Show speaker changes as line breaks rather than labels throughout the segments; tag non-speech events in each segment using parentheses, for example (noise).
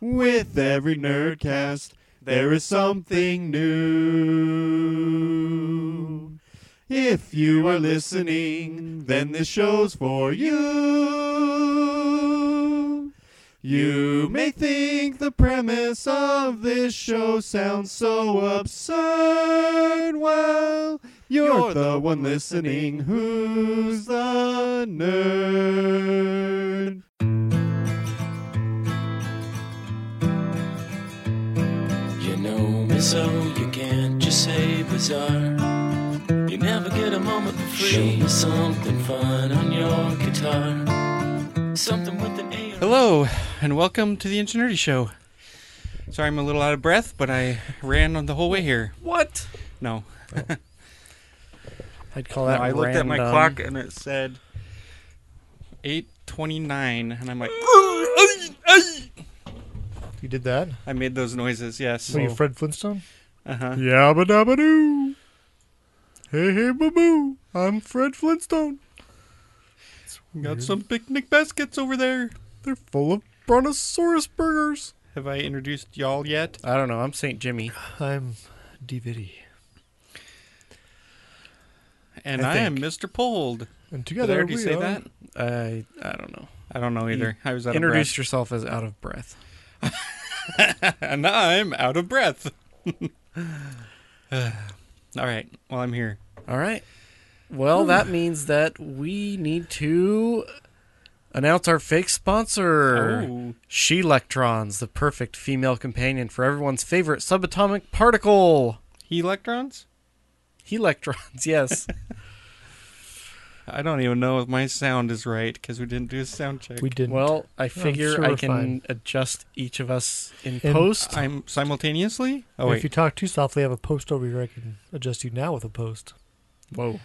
with every nerdcast, there is something new. If you are listening, then this show's for you. You may think the premise of this show sounds so absurd. Well, you're, the one listening who's the nerd.
You know me so you can't just say bizarre. You never get a moment for free. Show me something fun on your guitar. Something with an A.
Hello, and welcome to the Ingenuity Show. Sorry, I'm a little out of breath, but I ran on the whole way here.
What?
(laughs)
No,
I'd call
No,
that
I looked at my
random.
clock and it said 8:29, and I'm like,
You did that?
I made those noises. Yes.
Were you Fred Flintstone?
Uh huh.
Yabba dabba doo. Hey, hey, boo boo. I'm Fred Flintstone. Mm-hmm.
Got some picnic baskets over there.
They're full of brontosaurus burgers.
Have I introduced y'all yet?
I don't know. I'm St. Jimmy.
I'm DVD.
And
I
I, am Mr. Pold.
And
Did
together
I already
we
say
are-
that?
I I don't know.
I don't know either. I was out
Introduce yourself as out of breath.
of breath. (laughs) and I'm out of breath. (laughs) All right. Well, I'm here.
All right. Well, that means that we need to announce our fake
Er.
sponsor.
Oh.
She Electrons, the perfect female companion for everyone's favorite subatomic particle.
Electrons?
Electrons, (laughs) yes.
I don't even know if my sound is right because we didn't do a sound check.
We didn't.
well, I figure
sure
I
we're
can
fine.
adjust each of us in
In-
post.
I'm simultaneously. Oh
if you
wait,
talk too softly, I have a post over here. I can adjust you now with a post.
Whoa.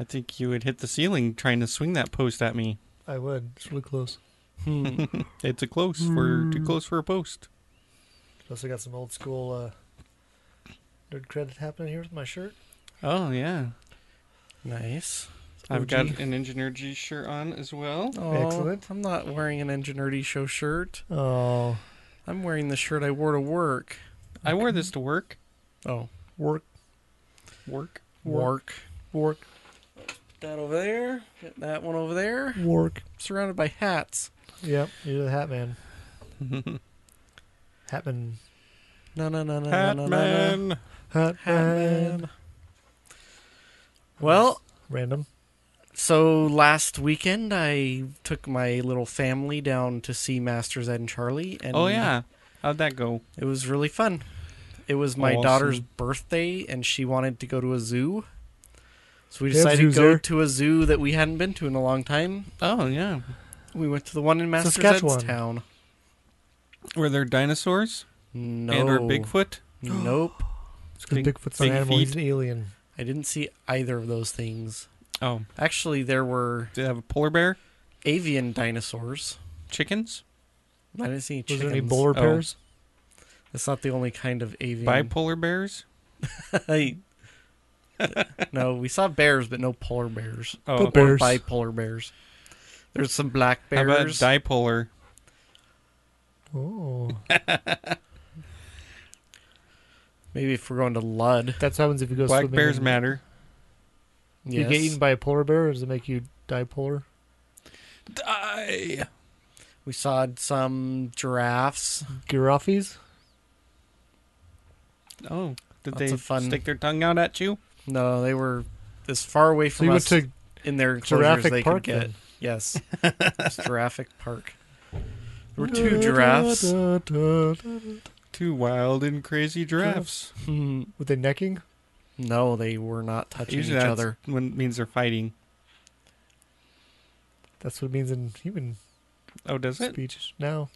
I think you would hit the ceiling trying to swing that post at me.
I would. It's really close.
Hmm.
It's a close for too close for a post.
Plus, I got some old school uh, nerd credit happening here with my shirt.
Oh yeah,
nice.
I've
OG.
got an engineer G shirt on as well.
Aw,
Excellent.
I'm not wearing an Ingenuity Show shirt.
Oh,
I'm wearing the shirt I wore to work.
I wore this to work.
Oh,
work,
Work.
work.
work,
That over there. Get That one over there.
work.
Surrounded by hats.
Yep, you're the
(laughs)
hat man. hat man.
No, no, no, no, no, no, no, no.
Hatman.
Hat man.
Hatman. Well,
Random.
so last weekend I took my little family down to see Masters Ed and Charlie, and
Oh yeah, how'd that go?
it was really fun. It was my
Awesome.
daughter's birthday, and she wanted to go to a zoo, so we
They have
decided to
zoos
go
there.
to a zoo that we hadn't been to in a long time.
Oh yeah,
We went to the one in Masters Ed's
Saskatchewan.
town.
were there dinosaurs
No,
and or Bigfoot?
Nope,
Because
Big-
Bigfoot's an
big
animal. He's
feet.
an alien.
I didn't see either of those things.
Oh,
Actually, there were
did they have a polar bear?
avian dinosaurs.
Chickens?
I didn't see any
Was
chickens.
there any bowler
Oh.
pairs?
That's not the only kind of avian.
Bipolar bears?
Hey. (laughs) no, we saw bears, but no polar bears.
Oh,
But bears.
Or bipolar bears. There's some black
how about
bears.
dipolar?
Oh,
Maybe if we're going to Lud.
(laughs) that's what happens if you go
Black
swimming.
bears
and-
matter.
You
Yes.
get eaten by a polar bear, or does it make you dipolar?
Die.
we saw some giraffes.
Giraffes?
Oh, did
Lots
they
of fun.
stick their tongue out at you?
No, they were as far away
So
from
you went
us
to
in their enclosures
Jurassic
they
Park
could get.
then? (laughs)
Yes. it's Jurassic Park. There were two
(laughs)
giraffes. (laughs)
Two wild and crazy giraffes.
Hmm.
Were they necking?
no, they were not touching
Usually
each
that's
other.
when means they're fighting.
That's what it means in human
Oh, does it
speech now.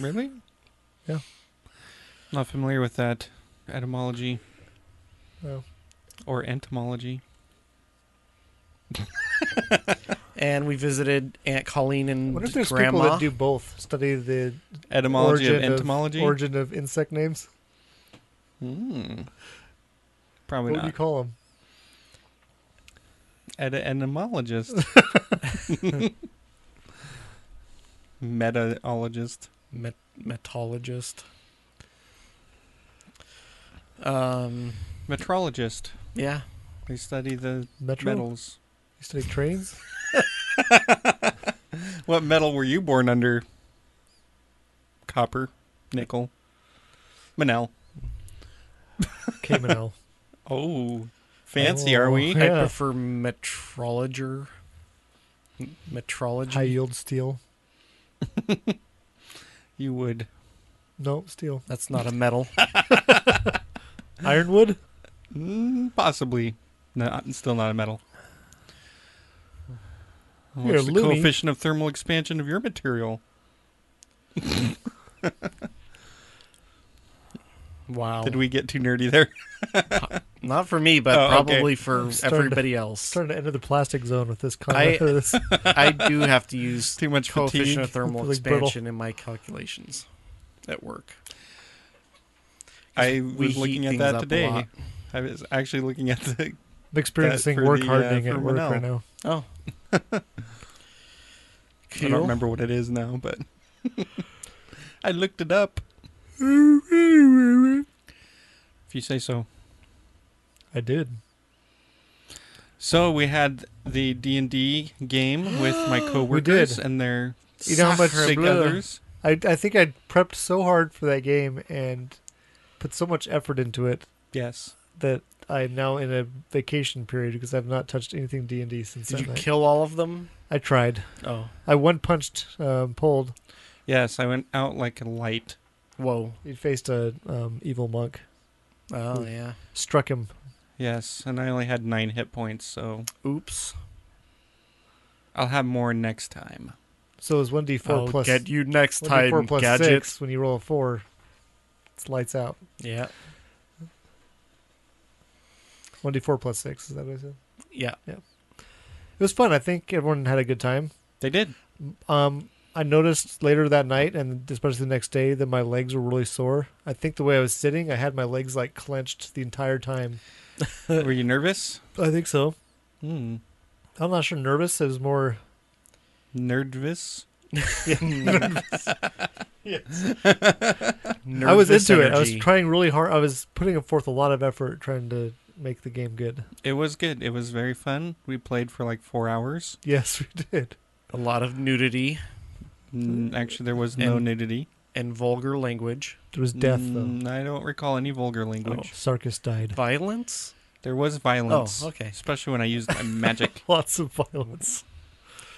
really?
Yeah.
Not familiar with that etymology
Well,
or entomology.
And we visited Aunt Colleen
I
and
wonder if there's people
Grandma.
that do both. Study the
Etymology
origin
of entomology.
origin of insect names.
Hmm. Probably
what would you
not.
call them?
At an
(laughs)
entomologist. Metaologist.
Met- metologist. Um.
Metrologist.
Yeah.
They study the
Metro.
metals.
You study trains.
(laughs) What metal were you born under? Copper, nickel, manel. (laughs)
Cayman L.
Oh, fancy are we?
Oh. Yeah.
I prefer metrologer. Metrology.
High yield steel.
You would.
No steel.
That's not a metal.
Ironwood.
(laughs) Mm, possibly. No, still not a metal.
You're
What's the
loony.
coefficient of thermal expansion of your material?
Wow.
Did we get too nerdy there? (laughs)
Not for me, but
Oh, okay.
probably for
starting to-
everybody else.
Starting to enter the plastic zone with this
I-
comment. or (laughs) this
I do have to
(laughs)
use
Too much
coefficient
fatigue.
of thermal
Like brittle.
expansion in my calculations at work.
I
We
was
heat
looking at
things
that
up a
today.
lot.
I was actually looking at the.
I'm experiencing
for
work
the, uh,
hardening at
for
work
Manel.
right now.
Oh.
I
cool.
don't remember what it is now, but (laughs) I looked it up. If you say so.
I did.
So we had the D and D game with
(gasps)
my coworkers and their
You know how much-
sig
Bleu.
others.
I, I think I prepped so hard for that game and put so much effort into it
Yes.
that I'm now in a vacation period because I've not touched anything D and D since
Did
that
you
night.
kill all of them?
I tried.
Oh.
I one punched um, pulled.
Yes, I went out like a light.
Whoa.
He faced a um, evil monk,
Oh, yeah.
struck him.
Yes, and I only had nine hit points, so
Oops.
I'll have more next time.
So it was one D four
I'll
plus
get you next
1d4
time,
plus
gadget.
six. When you roll a four, it's lights out. (laughs)
Yeah.
One D four plus six. Is that what I said?
Yeah.
It was fun. I think everyone had a good time.
They did.
Um, I noticed later that night, and especially the next day, that my legs were really sore. I think the way I was sitting, I had my legs like clenched the entire time.
Were you nervous?
I think so.
Hmm.
I'm not sure. Nervous. It was more.
Nervous?
I was
Nervous
into it. I was
energy.
trying really hard. I was putting forth a lot of effort trying to make the game good. (laughs)
It was good. It was very fun. We played for like four hours.
Yes, we did.
A lot of nudity
Mm, actually, there was no
And-
nudity.
and vulgar language.
There was death though. Oh,
Mm, I don't recall any vulgar language.
Sarkis died.
Violence?
There was violence.
Oh, okay.
Especially when I used my
(laughs)
magic.
Lots of violence.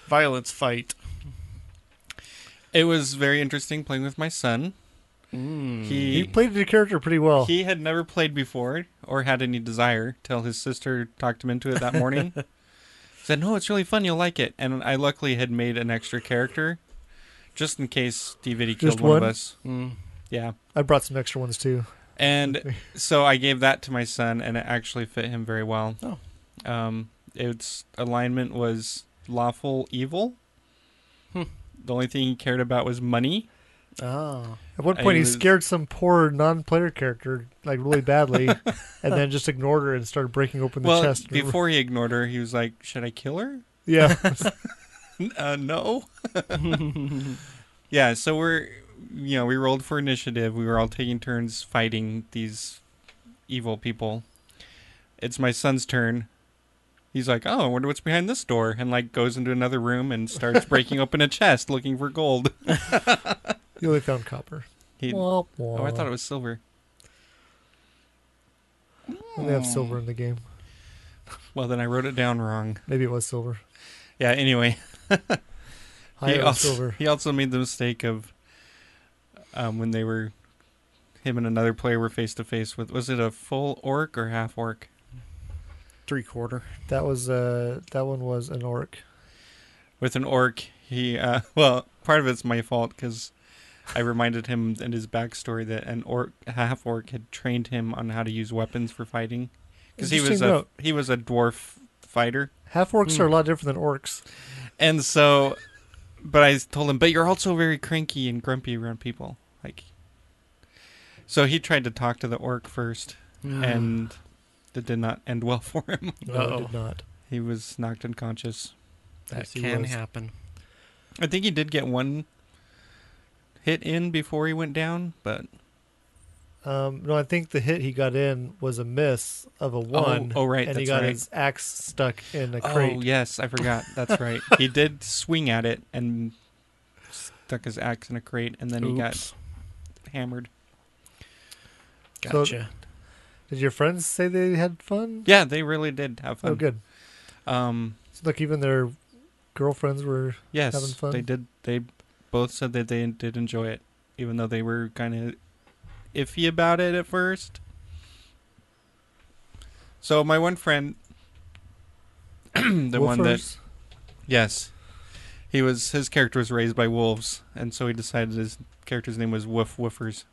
Violence fight.
It was very interesting playing with my son.
Mm.
He
He
played the character pretty well.
he had never played before or had any desire till his sister talked him into it that
(laughs)
morning. Said, "No, it's really fun. You'll like it." And I luckily had made an extra character, just in case DVD killed
Just
one, of
one?
us.
Mm.
Yeah.
I brought some extra ones too.
And so I gave that to my son, and it actually fit him very well.
Oh.
Um, its alignment was lawful evil.
Hmm.
The only thing he cared about was money.
Oh.
At one
I
point, he
was-
scared some poor non-player character like really
(laughs)
badly, and then just ignored her and started breaking open the
well,
chest.
before he ignored her, he was like, "Should I kill her?"
yeah, (laughs)
N- Uh, no. (laughs) yeah, so we're, you know, we rolled for initiative. We were all taking turns fighting these evil people. It's my son's turn. He's like, oh, I wonder what's behind this door, and like goes into another room and starts breaking open a chest looking for gold.
you only found copper.
He,
Womp
oh, I
womp.
thought it was silver.
And they have silver
Hmm.
in the game.
Well, then I wrote it down wrong.
Maybe it was silver.
Yeah. Anyway,
High
he
on
also,
silver.
He also made the mistake of um, when they were him and another player were face to face with was it a full orc or half orc?
Three quarter.
That was uh, that one was an orc.
(laughs) With an orc, he uh, well, part of it's my fault because I reminded him in his backstory that an orc, a half orc, had trained him on how to use weapons for fighting, because he was
Interesting
a Hmm.
note.
he was a dwarf fighter,
Half orcs are a lot different than orcs.
and so, but I told him, but you're also very cranky and grumpy around people, like. So he tried to talk to the orc first,
Ah.
Mm.
and that did not end well (laughs) for him.
No,
Uh-oh.
it did not.
He was knocked unconscious.
that
Yes, he
can
was.
happen.
I think he did get one hit in before he went down, but
Um, no, I think the hit he got in was a miss of a one.
oh, right,
and he
that's
got
right.
his axe stuck in a crate.
Oh yes, I forgot.
(laughs)
That's right. he did swing at it and stuck his axe in a crate, and then he got
Oops.
hammered.
So-
Gotcha.
Did your friends say they had fun?
Yeah, they really did have fun.
Oh, good.
Um,
So, like even their girlfriends were.
yes,
Having fun?
they did. They both said that they did enjoy it, even though they were kind of iffy about it at first. So my one friend, (clears throat) the one that
woofers?
Yes. He was his character was raised by wolves, and so he decided his character's name was Woof Woofers.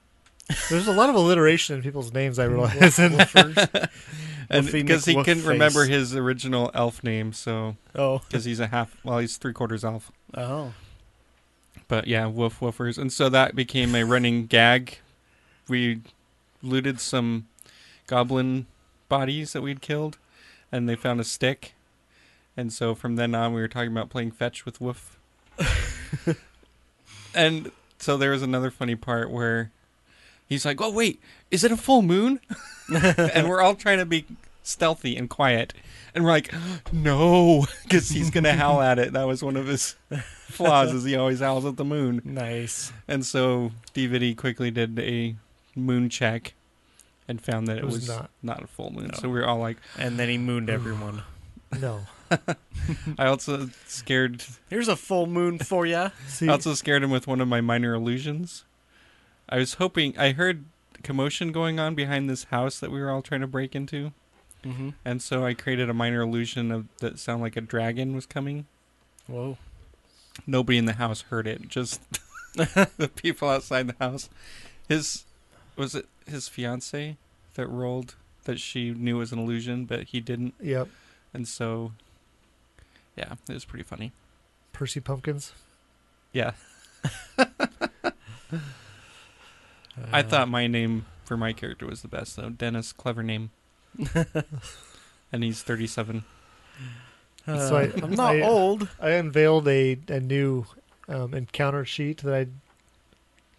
(laughs)
There's a lot of alliteration in people's (laughs) names. I realize. And (laughs)
And
Woofy
because he
McWoofface.
couldn't remember his original elf name, so
Oh.
because he's a half, well, he's three quarters elf.
Oh.
But yeah, Woof Woofers, and so that became a running gag. We looted some goblin bodies that we'd killed, and they found a stick, and so from then on, we were talking about playing fetch with Woof. and so there was another funny part where he's like, "Oh wait, is it a full moon?" (laughs) and we're all trying to be stealthy and quiet, and we're like, (gasps) "No," (laughs) because he's gonna howl at it. That was one of his flaws, is he always howls at the moon.
Nice.
And so DVD quickly did a moon check and found that it,
It was
was, not.
not.
a full moon.
No.
So we were all like,
And then
(sighs)
he mooned everyone.
no.
I also scared,
Here's a full moon for ya.
See,
I also scared him with one of my minor illusions. I was hoping I heard commotion going on behind this house that we were all trying to break into,
mm-hmm.
and so I created a minor illusion of that sound like a dragon was coming.
Whoa.
Nobody in the house heard it, just (laughs) the people outside the house. His was it his fiance that rolled that she knew was an illusion, but he didn't,
(laughs) yep.
and so yeah, it was pretty funny.
Percy Pumpkins.
Yeah, I
Uh-huh.
thought my name for my character was the best though. Dennis, clever
(laughs)
name. and he's 37.
So I-
am uh, not
I- (gasps)
old. (gasps)
I unveiled a a new um, encounter sheet that I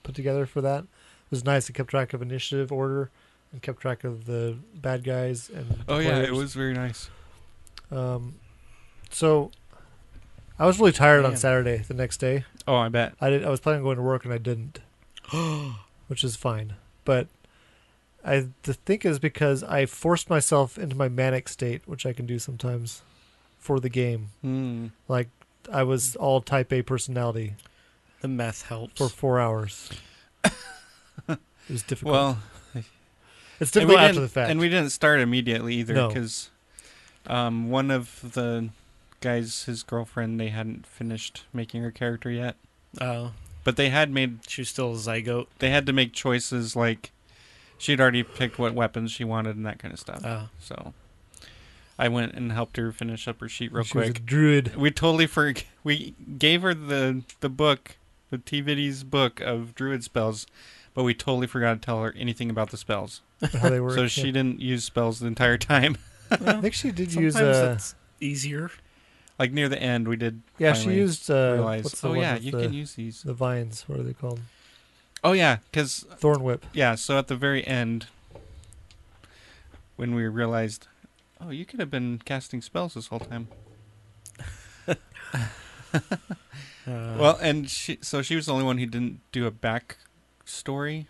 put together for that. It was nice. It kept track of initiative order and kept track of the bad guys and. the
Oh yeah, it
players.
was very nice.
Um, so I was really tired on
Damn.
Saturday. The next day,
Oh, I bet.
I did. I was planning on going to work and I didn't, which is fine. But I th- think is because I forced myself into my manic state, which I can do sometimes for the game.
Hmm.
Like I was all Type A personality
The meth helps.
for
(laughs)
four hours. it was difficult.
Well,
it's
and we
difficult after
didn't-
the fact.
And we didn't start immediately either
No.
because um, one of the guys, his girlfriend, they hadn't finished making her character yet,
oh,
but they had made
she was still a zygote.
they had to make choices like she'd already picked what weapons she wanted and that kind of
Uh.
stuff.
Oh.
so I went and helped her finish up her sheet real
She was a
quick.
druid.
We totally for we gave her the the book, the TVD's book of druid spells, but we totally forgot to tell her anything about the spells. (laughs)
How they were.
So she didn't use spells the entire (laughs) time.
I think she did use
Sometimes
uh,
it's easier.
like near the end we did
Yeah,
finally
she used. Uh,
realize
what's the
oh
one
yeah
with
you
the,
can use these
the vines. What are they called?
oh yeah because
Thorn whip.
yeah so at the very end when we realized oh you could have been casting spells this whole time
Uh,
Uh-huh.
well and she so she was the only one who didn't do a back story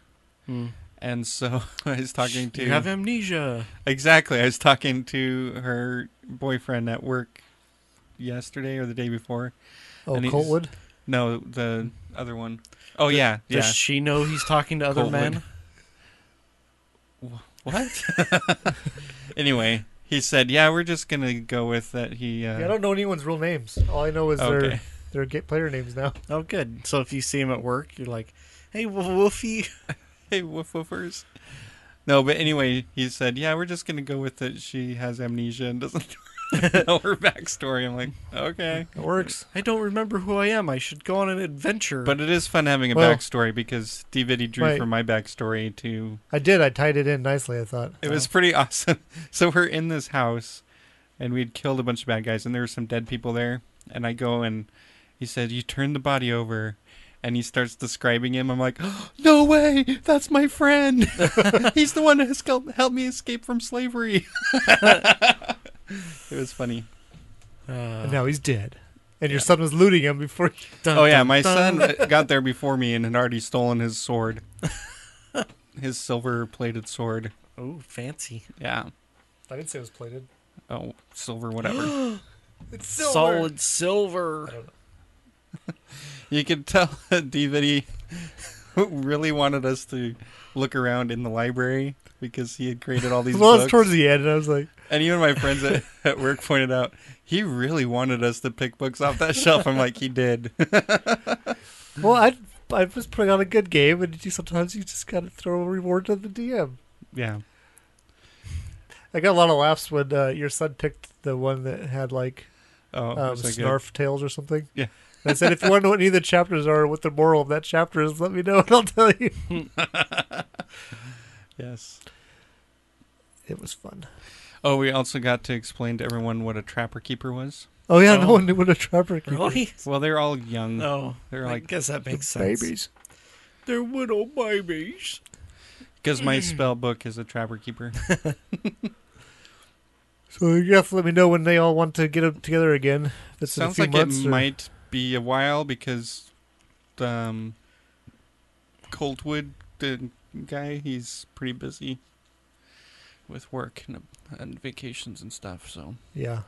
hmm.
and so (laughs) i was talking to
you have amnesia.
exactly i was talking to her boyfriend at work yesterday or the day before
Oh,
And he's-
Coltwood.
no the other one. Oh yeah yeah
Does she know he's talking to other
Coltwood.
men?
What? (laughs) anyway, he said, "Yeah, we're just gonna go with that." He uh,
Yeah, I don't know anyone's real names. All I know is
okay.
their their ga- player names now.
Oh, good. So if you see him at work, you're like, Hey, Wolfie.
(laughs) Hey, woof woofers. No, but anyway, he said, "Yeah, we're just gonna go with it." She has amnesia and doesn't (laughs) know her backstory. I'm like, okay,
It works.
I don't remember who I am. I should go on an adventure.
but it is fun having a
Well-
backstory because DVD drew
Right.
from my backstory to
I did. I tied it in nicely. I thought
It was pretty (laughs) awesome. So we're in this house, and we'd killed a bunch of bad guys, and there were some dead people there. And I go and he said, "You turn the body over," and he starts describing him. I'm like, (gasps) "No way! That's my friend. (laughs) He's the one who has helped helped me escape from slavery." (laughs) it was funny.
Oh.
Uh,
And now he's dead. And your
Yeah.
son was looting him before. He,
dun,
Oh yeah,
dun,
my
dun.
son got there before me and had already stolen his sword, his silver-plated sword.
Oh, fancy.
Yeah.
I didn't say it was plated.
Oh, silver, whatever.
It's
Solid silver.
You could tell (laughs) that DVD really wanted us to look around in the library because he had created all these
(laughs) Well, it's
books.
towards the end, and I was like,
and even my friends at, (laughs) at work pointed out he really wanted us to pick books off that (laughs) shelf. I'm like, he did. (laughs)
"Well, I, I was putting on a good game, and you, sometimes you just gotta throw a reward to the DM."
yeah.
I got a lot of laughs when uh, your son picked the one that had like
Oh,
um,
so good.
snarf tails or something.
Yeah.
And I said, if you want to know what any of the chapters are, what the moral of that chapter is, let me know, and I'll tell you. (laughs)
Yes.
It was fun.
Oh, we also got to explain to everyone what a trapper keeper was.
Oh yeah, no
Oh.
one knew what a trapper keeper.
Really?
Well, they're all young.
Oh,
They're
I
like
guess that makes sense.
Babies.
They're little babies.
because my spell book is a trapper keeper.
So you have to let me know when they all want to get up together again. If it's
Sounds
in a
like
few months
it
or-
might be a while because um Coltwood the guy he's pretty busy with work and, and vacations and stuff so
Yeah,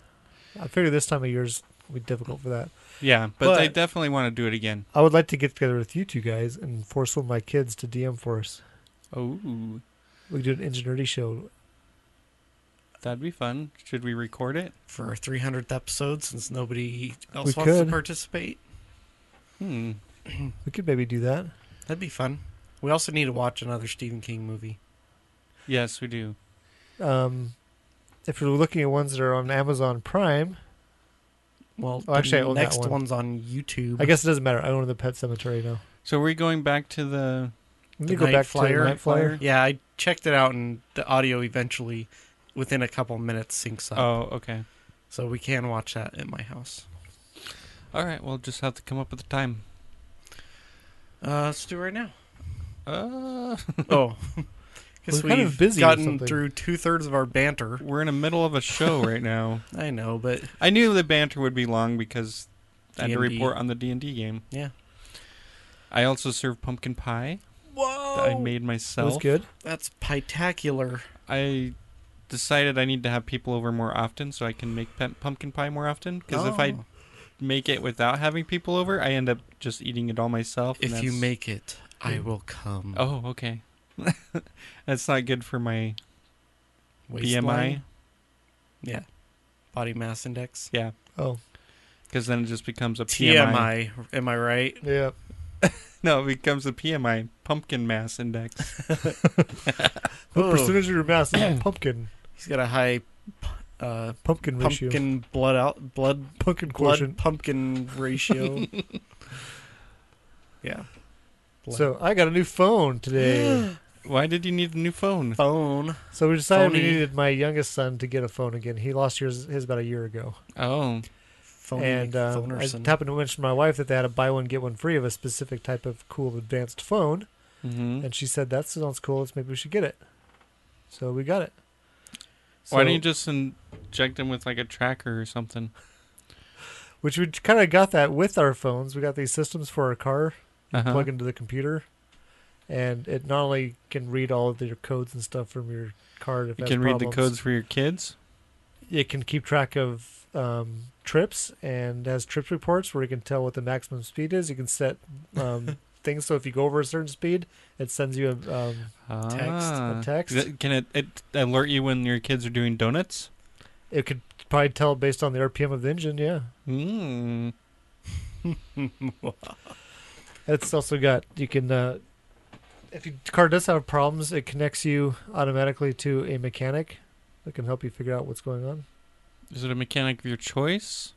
I figure this time of year is will be difficult for that.
yeah but, they
But-
definitely want to do it again
I would like to get together with you two guys and force one of my kids to DM for us.
oh
We could do an engineering show.
that'd be fun should we record it
For our 300th episode, since nobody else
We
wants
could.
to participate,
hmm
We could maybe do that.
that'd be fun. We also need to watch another Stephen King movie.
yes we do
Um, if you're looking at ones that are on Amazon Prime,
Well,
Oh, actually, I
the
own that
next
one.
one's on YouTube.
I guess it doesn't matter. I own the Pet Cemetery now.
so are we going back to the
Let
The
me go
Night
back
Flyer.
to Night Flyer.
Yeah, I checked it out, and the audio eventually, within a couple minutes, syncs up.
oh okay
So we can watch that at my house.
all right we'll just have to come up with a time
Uh, let's do it right now.
uh
(laughs)
Oh, because
We're
we've
kind of busy with
gotten
something.
through two thirds of our banter.
(laughs) we're in the middle of a show right now
I know, but
I knew the banter would be long because I had to
D&D.
report on the D and D game.
Yeah.
I also served pumpkin pie
whoa,
that I made
That was
myself.
good.
that's pitacular.
I decided I need to have people over more often so I can make pe- pumpkin pie more often. Because if I
Oh.
make it without having people over, I end up just eating it all myself. and
if you
that's-
make it, I will come.
oh okay, (laughs) that's not good for my BMI.
Waistline? yeah, body mass index.
Yeah,
Oh
because then it just becomes a PMI.
TMI. Am I right?
yeah.
(laughs) No, it becomes a PMI, pumpkin mass index.
What
Oh.
percentage of your mass is
(clears throat)
pumpkin?
He's got a high p- uh,
Pumpkin ratio. Pumpkin,
pumpkin blood out blood blood
quotient.
pumpkin
(laughs)
ratio. yeah. blood.
So I got a new phone
(gasps)
today.
Why did you need a new phone?
Phone.
so we decided we
Phony.
needed my youngest son to get a phone again. He lost his, his about a year ago.
Oh,
Phone.
and um, I
phonerson.
happened to mention to my wife that they had a buy one get one free of a specific type of cool advanced phone,
mm-hmm.
and she said that sounds cool. Let's maybe we should get it. So we got it.
Why
So-
don't you just inject them with like a tracker or something?
Which we kind of got that with our phones. We got these systems for our car
Uh-huh.
plug into the computer, and it not only can read all of your codes and stuff from your car. If
You
has
can read the
problems,
codes for your kids.
It can keep track of um, trips and has trip reports where you can tell what the maximum speed is. You can set
(laughs)
um, things so if you go over a certain speed, it sends you a. Um,
Ah.
text.
Th- Can it, it alert you when your kids are doing donuts?
it could probably tell based on the RPM of the engine. Yeah,
Mm.
it's also got you can uh, if your car does have problems, it connects you automatically to a mechanic that can help you figure out what's going on.
Is it a mechanic of your choice?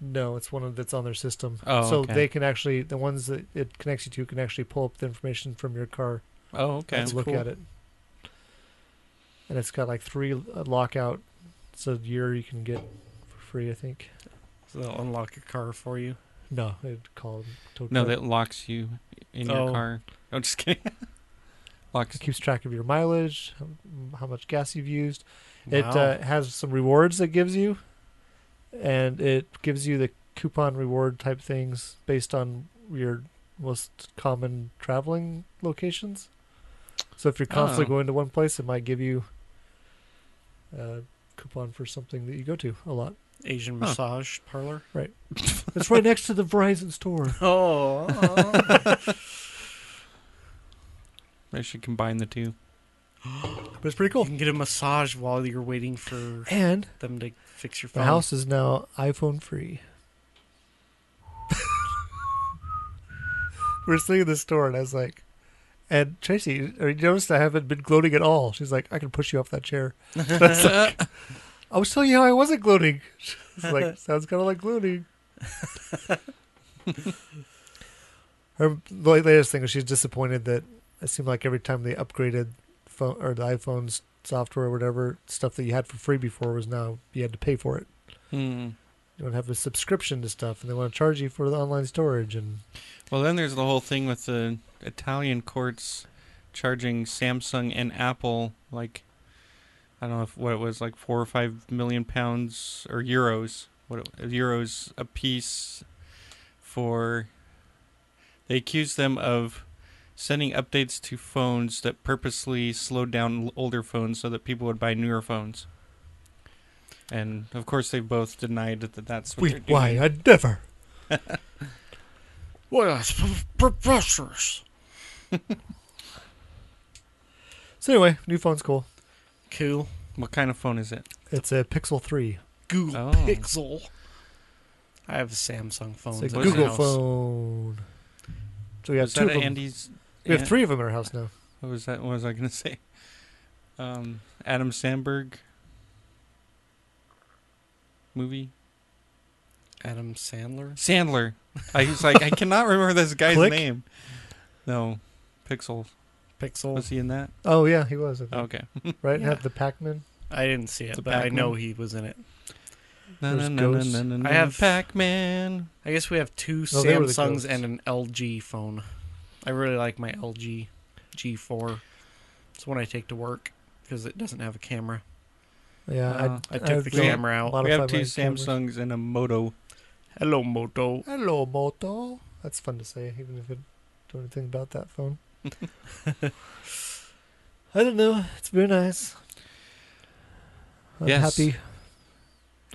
No, it's one of- that's on their system.
Oh,
so
okay.
they can actually the ones that it connects you to can actually pull up the information from your car
Oh, okay.
and look at it. And it's got like three uh, lockout. It's a year you can get for free, I think.
So they'll unlock your car for you.
No, it called tow
No,
truck.
that locks you in your
Oh.
car. I'm just kidding. (laughs) locks.
it keeps track of your mileage, how, how much gas you've used. It
Wow.
uh, has some rewards that gives you, and it gives you the coupon reward type things based on your most common traveling locations. So if you're constantly
Oh.
going to one place, it might give you a coupon for something that you go to a lot.
Asian
Huh.
massage
(laughs)
parlor.
It's right next to the Verizon store.
Oh,
I should combine the two.
But it's pretty cool.
you can get a massage while you're waiting for
And
them to fix your
the
phone.
house is now iPhone free. (laughs) We're sitting in the store, and I was like, "And Tracy, or you noticed I haven't been gloating at all?" She's like, "I can push you off that chair." I was, like, I was telling you how I wasn't gloating. It's like sounds kind of like gloating. Her the latest thing was she's disappointed that it seemed like every time they upgraded phone or the iPhone's software or whatever stuff that you had for free before was now you had to pay for it.
Hmm.
You don't have a subscription to stuff, and they want to charge you for the online storage. And
Well, then there's the whole thing with the Italian courts charging Samsung and Apple like I don't know if what it was like four or five million pounds or euros, what it- euros a piece for. They accused them of sending updates to phones that purposely slowed down l- older phones so that people would buy newer phones. And of course, they both denied that that's what
we,
they're doing.
why I never.
Well, that's p- preposterous.
So anyway, new phone's cool.
Cool.
What kind of phone is it?
It's a Pixel Three.
Google
Oh.
Pixel. I have a Samsung phone.
It's a
at
Google
the house.
phone. So we have
Was
two
that
of them.
Andy's?
we have
An-
three of them in our house now.
What was that? What was I going to (laughs) say? Um, Adam Sandberg movie.
Adam Sandler.
Sandler. I was like, I cannot remember this guy's
Click?
name. No, Pixel.
Pixel.
Was he in that?
Oh yeah, he was. I think.
Okay.
right,
yeah.
had the Pac-Man.
I didn't see
It's
it,
a
but I
Pac-Man.
know he was in it.
No, no,
There's
no,
ghosts.
no, no, no.
I have-
Pac-Man.
I guess we have two
No, Oh, they were the
Samsungs
ghosts.
and an LG phone. I really like my LG G4. It's the one I take to work because it doesn't have a camera.
Yeah,
Uh,
I,
I took the
don't
camera out.
modify
We have two
my cameras.
Samsungs and a Moto.
Hello, Moto.
Hello, Moto. That's fun to say, even if it don't know anything about
(laughs)
that phone. I don't know. It's very nice. I'm
Yes.
happy.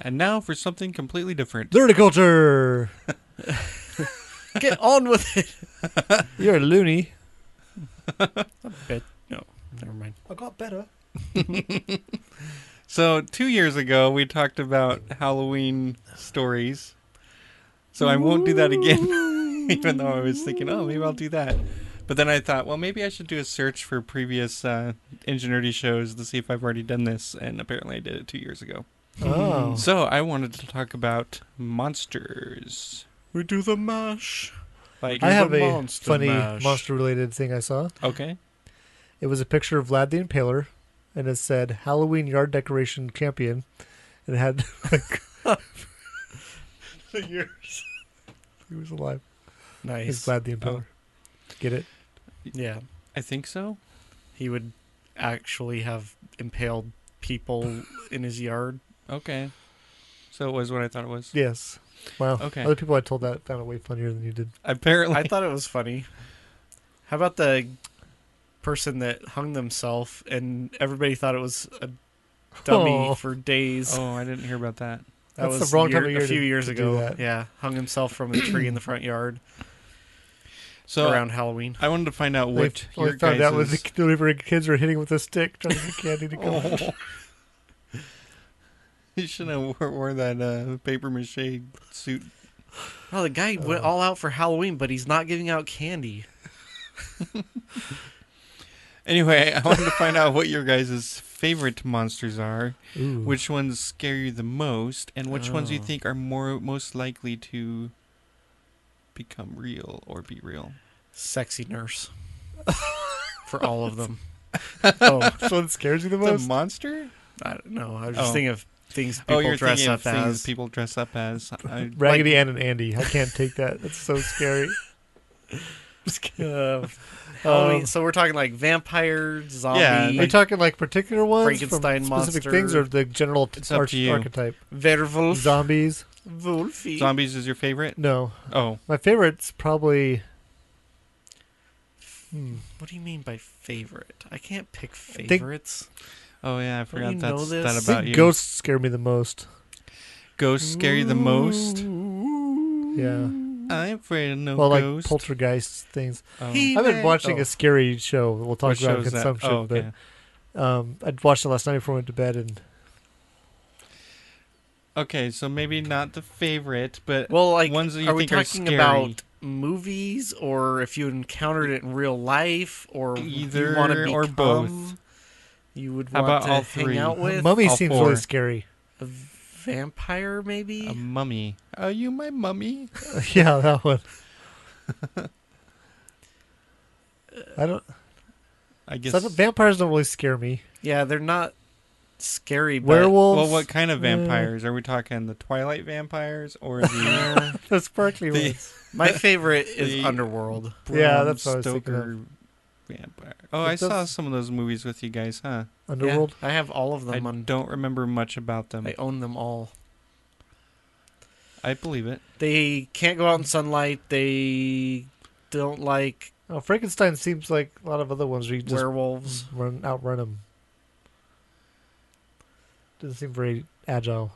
And now for something completely different.
Verticulture. (laughs)
Get on with it.
You're a loony.
Bet. No, never mind.
I got better.
So two years ago, we talked about Halloween stories. So I won't do that again, (laughs) even though I was thinking, oh, maybe I'll do that. But then I thought, well, maybe I should do a search for previous uh, Ingenuity shows to see if I've already done this, and apparently I did it two years ago.
Oh.
So I wanted to talk about monsters.
We do the
(laughs)
mash.
Like,
I
Here's
have
a
a
monster
funny
mash.
monster-related thing I saw.
okay,
It was a picture of Vlad the Impaler, and it said Halloween yard decoration champion. And it had (laughs) like the years he was alive. It's
Nice. Oh.
Vlad the Impaler. Get it?
Yeah,
I think so.
he would actually have impaled people in his yard.
Okay, so it was what I thought it was.
Yes. Wow.
Okay.
Other people I told that found it way funnier than you did.
Apparently,
I thought it was funny. How about the person that hung themselves and everybody thought it was a dummy
Oh.
for days?
(laughs) oh, I didn't hear about that.
that
That's
was
the wrong
year-
time of year
a few
to-
years
to do
ago.
that.
Yeah, hung himself from a tree in the front yard
So
around Halloween.
I wanted to find out
They
what
only
your
found out (laughs) when
guys'
the delivery kids were hitting with a stick trying to get candy to
Oh.
go.
Oh. (laughs) you should have wore, wore that uh, paper mache suit.
Oh, the guy went all out for Halloween, but he's not giving out candy.
Anyway, I wanted to find out what your guys' favorite monsters are,
Ooh.
which ones scare you the most, and which ones you
Oh.
think are more most likely to become real or be real.
Sexy
(laughs)
nurse. For all of them.
oh, (laughs) which one scares you the
The
most?
monster?
I don't know. I was just
Oh.
thinking of things people
oh, you're
dress
thinking
up
of things
as.
(laughs)
people dress up as.
(laughs)
I,
Raggedy Ann and Andy. I can't take that. That's
(laughs)
so scary.
Uh,
Um,
Halloween. so we're talking like vampire, zombie,
Yeah,
Are you talking like particular ones?
Frankenstein
from specific things
monster.
or the general
It's up
arch-
to you.
archetype?
werewolf,
Zombies?
wolfie,
zombies is your favorite?
No.
Oh,
My favorite's probably. Hmm.
What do you mean by favorite? I can't pick
think-
favorites.
oh yeah, I
you
forgot
know
that's
this?
that
I
about
think
you.
ghosts scare me the most.
Ghosts scare you the most.
Yeah.
I'm afraid of no
well, like
ghost.
poltergeist things.
Oh.
He-
I've been
Event-
watching
oh.
a scary show. that We'll talk
What
about
show's that?
consumption,
Oh, okay.
but um, I'd watched it last night before I went to bed, and
Okay, so maybe not the favorite, but
Well, like,
ones that you
are we
think are
talking
scary.
about movies or if you encountered it in real life or
Either
you want to
or both.
You would
How
want
about
to
all
hang
three?
(laughs)
out with
mummy
all
seems
four.
really scary. (laughs)
a vampire, maybe.
a mummy. Are you my mummy?
yeah,
(laughs)
that one. I don't.
I guess.
so I don't- vampires don't really scare me.
yeah, they're not scary. But
Werewolves.
well,
(laughs)
what kind of
uh,
vampires are we talking? The Twilight vampires or the,
the sparkly
the
ones.
My favorite
(laughs)
is
The-
Underworld.
(laughs) Yeah,
Bram
that's what I was thinking of.
Stoker vampire? Oh,
But
I saw
those-
some of those movies with you guys, huh?
Underworld.
Yeah, I have all of
I
them on.
don't remember much about them.
I own them all.
I believe it.
They can't go out in sunlight. They don't like
Oh, Frankenstein seems like a lot of other ones where you just Mm.
werewolves.
run outrun them. Doesn't seem very agile.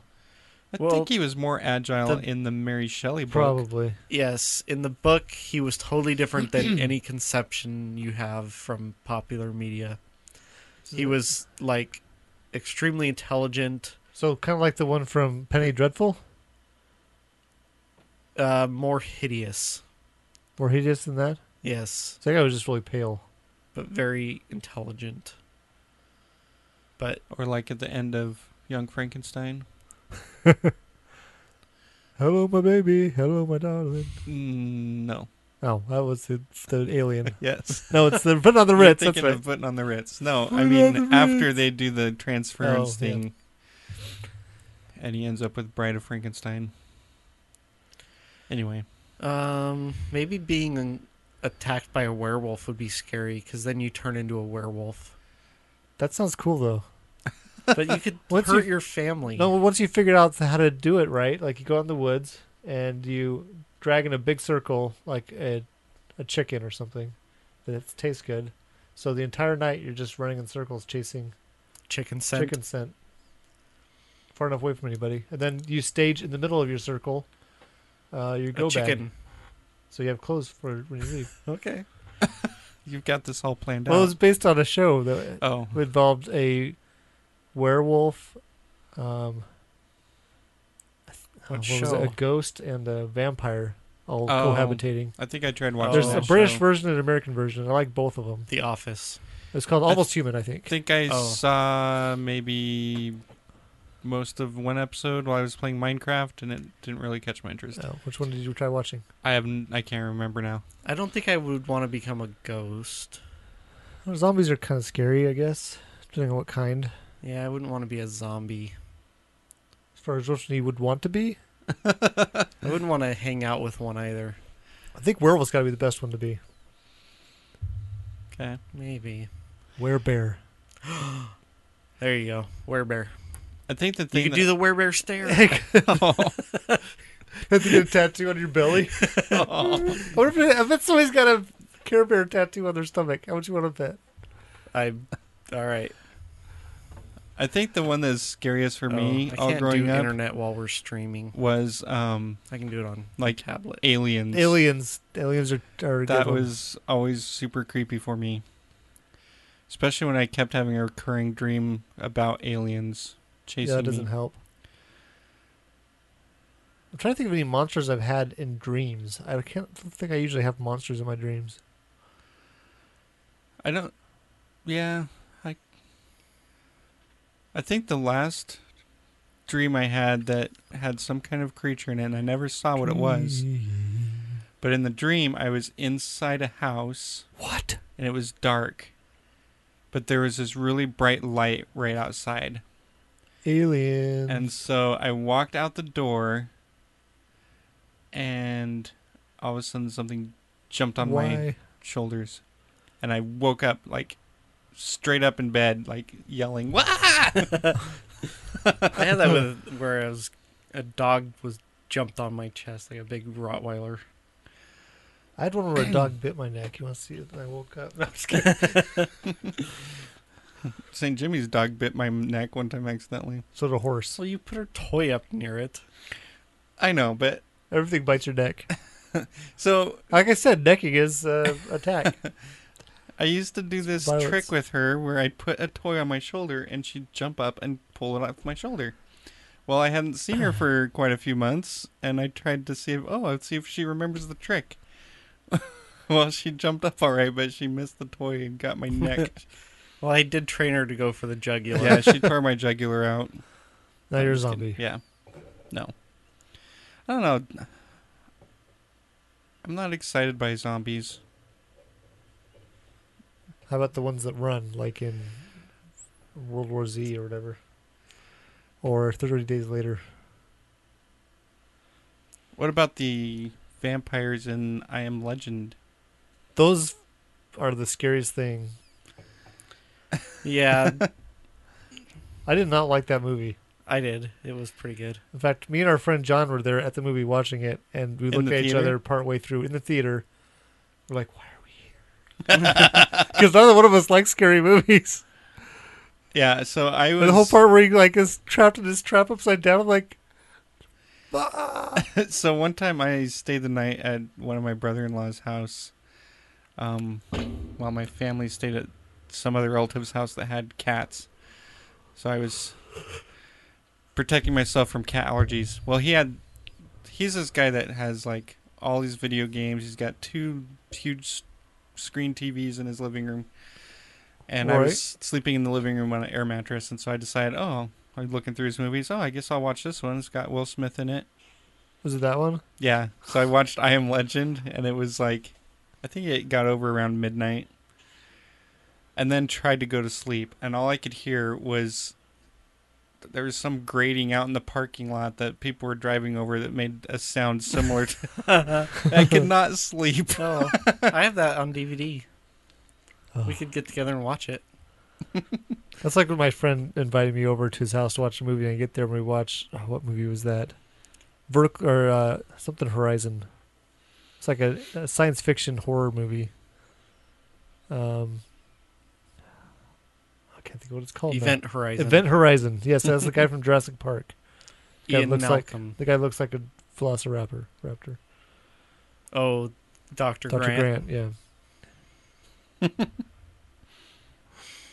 I
Well,
think he was more agile
the-
in the Mary Shelley book.
Probably.
Yes, in the book, he was totally
(clears throat)
different than any conception you have from popular media. He was like extremely intelligent,
So kind of like the one from Penny Dreadful,
uh, more hideous.
more hideous than that.
Yes,
So that guy was just really pale.
but very intelligent. But
Or like at the end of Young Frankenstein.
Hello, my baby. Hello, my darling.
Mm, no.
Oh, that was the, the alien.
Yes.
No, it's the putting on the Ritz.
You're
That's
thinking
right.
of putting on the Ritz. No,
Put
I
on
mean
the
after
Ritz.
they do the transference
Oh, yeah.
thing, and he ends up with Bride of Frankenstein. Anyway,
um, maybe being an- attacked by a werewolf would be scary because then you turn into a werewolf.
That sounds cool though.
But you could
(laughs) Once
hurt
you-
your family.
No, once you figured out how to do it right, like you go out in the woods and you drag in a big circle, like a a chicken or something, that it tastes good. So the entire night you're just running in circles chasing
chicken scent.
chicken scent, far enough away from anybody, and then you stage in the middle of your circle. Uh, your
A
go bag.
chicken.
So you have clothes for when you
(laughs)
leave.
Okay.
you've got this all planned
Well, it
out.
was based on a show that
oh,
involved a werewolf, um, uh,
What
was it?
show?
a ghost and a vampire all
Oh.
cohabitating.
I think I tried watching.
There's
Oh.
a
that
British
show.
version and an American version. I like both of them.
The Office.
It's called Almost Human, I
I
think.
think I
Oh.
saw maybe most of one episode while I was playing Minecraft, and it didn't really catch my interest.
Oh, which one did you try watching?
I have n- I can't remember now.
I don't think I would want to become a ghost.
Well, zombies are kind of scary, I guess, depending on what kind.
Yeah, I wouldn't want to be a zombie.
As far as which one you would want to be,
I wouldn't want to hang out with one either.
I think werewolf's got to be the best one to be.
Okay,
Maybe.
(laughs) Werebear.
There you go. Werebear.
I think the
You
thing
could do the werebear stare.
Heck,
that,
have to get a tattoo on your belly. (laughs) I wonder if, I bet somebody's got a Care Bear tattoo on their stomach. How much you want to bet?
(laughs) I. All right.
(laughs) I think the one that's scariest for
Oh,
me
I
all
can't
growing
do
up
internet while we're streaming.
was um
I can do it on
like
tablet.
aliens.
Aliens. Aliens are, are a
That
good one.
was always super creepy for me. Especially when I kept having a recurring dream about aliens
yeah,
chasing
that doesn't
me.
help. I'm trying to think of any monsters I've had in dreams. I can't think I usually have monsters in my dreams.
I don't. Yeah, I. I think the last dream I had that had some kind of creature in it, and I never saw what it was. But in the dream, I was inside a house,
What?
and it was dark. But there was this really bright light right outside.
Alien.
And so I walked out the door, and all of a sudden something jumped on my
Why?
shoulders, and I woke up like straight up in bed, like yelling, "What?"
I had that with where I was a dog was jumped on my chest like a big Rottweiler.
I had
(clears throat)
one where a dog bit my neck. You want to see it? And I woke up. (laughs) No, I'm just kidding.
St. Jimmy's dog bit my neck one time accidentally.
So did a horse.
So you put her toy up near it.
I know, but
Everything bites your neck.
so
Like I said, necking is
(laughs)
uh, attack.
I used to do this
violence.
trick with her where I'd put a toy on my shoulder and she'd jump up and pull it off my shoulder. Well, I hadn't seen
(sighs)
her for quite a few months, and I tried to see if oh, I'd see if she remembers the trick. (laughs) well, she jumped up all right, but she missed the toy and got my
(laughs)
neck.
Well, I did train her to go for the jugular.
yeah, she tore my jugular out.
Now (laughs)
I'm
you're a
just
zombie.
kidding. Yeah. No. I don't know. I'm not excited by zombies.
How about the ones that run, like in World War Z or whatever, or Thirty Days Later?
What about the vampires in I Am Legend?
Those are the scariest thing.
Yeah,
(laughs) I did not like that movie.
I did. It was pretty good. (laughs)
In fact, me and our friend John were there at the movie watching it, and we
In
looked
the
at each
theater?
other part way through in the theater. We're like, "Why
(laughs)
are we here?" (laughs) Because neither one of us likes
(laughs)
scary movies.
Yeah, so I was
And the whole part where he like is trapped in his trap upside down, I'm like,
(laughs) so one time I stayed the night at one of my brother-in-law's house, um, while my family stayed at some other relative's house that had cats. So I was protecting myself from cat allergies. Well, he had, he's this guy that has like all these video games. He's got two huge s- screen TVs in his living room, and I was sleeping in the living room on an air mattress. And so I decided, oh, I'm looking through his movies. Oh, I guess I'll watch this one. It's got Will Smith in it.
(laughs) "Was it that one?"
Yeah. So I watched I Am Legend, and it was like, I think it got over around midnight. And then tried to go to sleep, and all I could hear was there was some grating out in the parking lot that people were driving over that made a sound similar
(laughs)
to. I could not sleep.
Oh, I have that on DVD.
Oh.
We could get together and watch it.
That's like when my friend invited me over to his house to watch a movie, and I get there and we watch oh, what movie was that? Vertical or uh, something Horizon. It's like a, a science fiction horror movie. Um, I can't think of what it's called. now.
Event Horizon.
Oh, Event Horizon. Yes, that's the
(laughs)
guy from Jurassic Park. Yeah, it
Ian
looks like-
Malcolm.
The guy looks like a Velociraptor. Raptor.
Oh, Doctor
Dr.
Grant.
Grant. Yeah.
(laughs)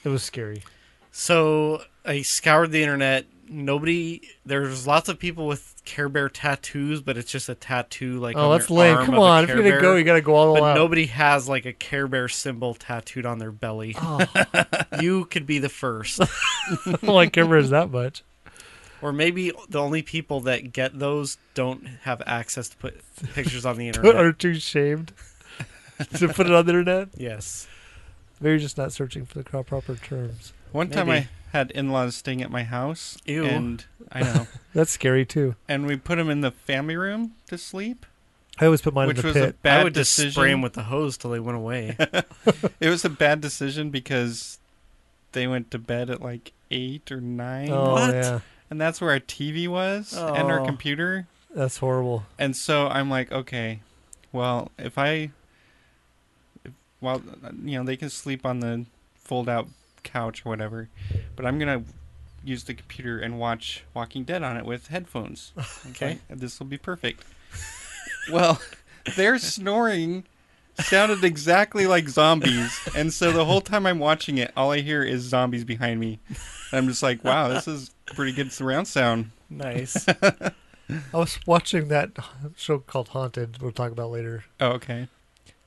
it was scary.
So I scoured the internet. Nobody. There's lots of people with Care Bear tattoos, but it's just a tattoo like.
oh,
on
that's
their
lame.
arm
Come
of a
on, if
Care
you're gonna
Bear,
go, you gotta go all
But
out.
nobody has like a Care Bear symbol tattooed on
(laughs)
their belly. (laughs)
Oh.
you could be the
(laughs)
first,
I don't like cameras that
(laughs)
much.
or maybe the only people that get those don't have access to put pictures on the internet.
Are too shamed (laughs) to put it on the internet.
yes.
Maybe just not searching for the crop proper terms.
One time
Maybe.
I had in-laws staying at my house,
Ew.
and I know,
That's scary too.
and we put them in the family room to sleep,
I always put mine
which
in the
was a
pit.
bad
I would
decision.
just spray them with the hose till they went away.
It was a bad decision because they went to bed at like eight or nine,
oh
What?
yeah,
and that's where our TV was and our
Oh.
computer.
that's horrible.
And so I'm like, okay, well, if I, if, well, you know, they can sleep on the fold-out couch or whatever, but I'm gonna use the computer and watch Walking Dead on it with
(laughs)
headphones.
Okay.
this will be perfect. (laughs) well, their snoring sounded exactly like zombies, and so the whole time I'm watching it, all I hear is zombies behind me. And I'm just like, wow, this is pretty good surround sound.
nice.
(laughs) I was watching that show called Haunted. We'll talk about later,
Oh, okay.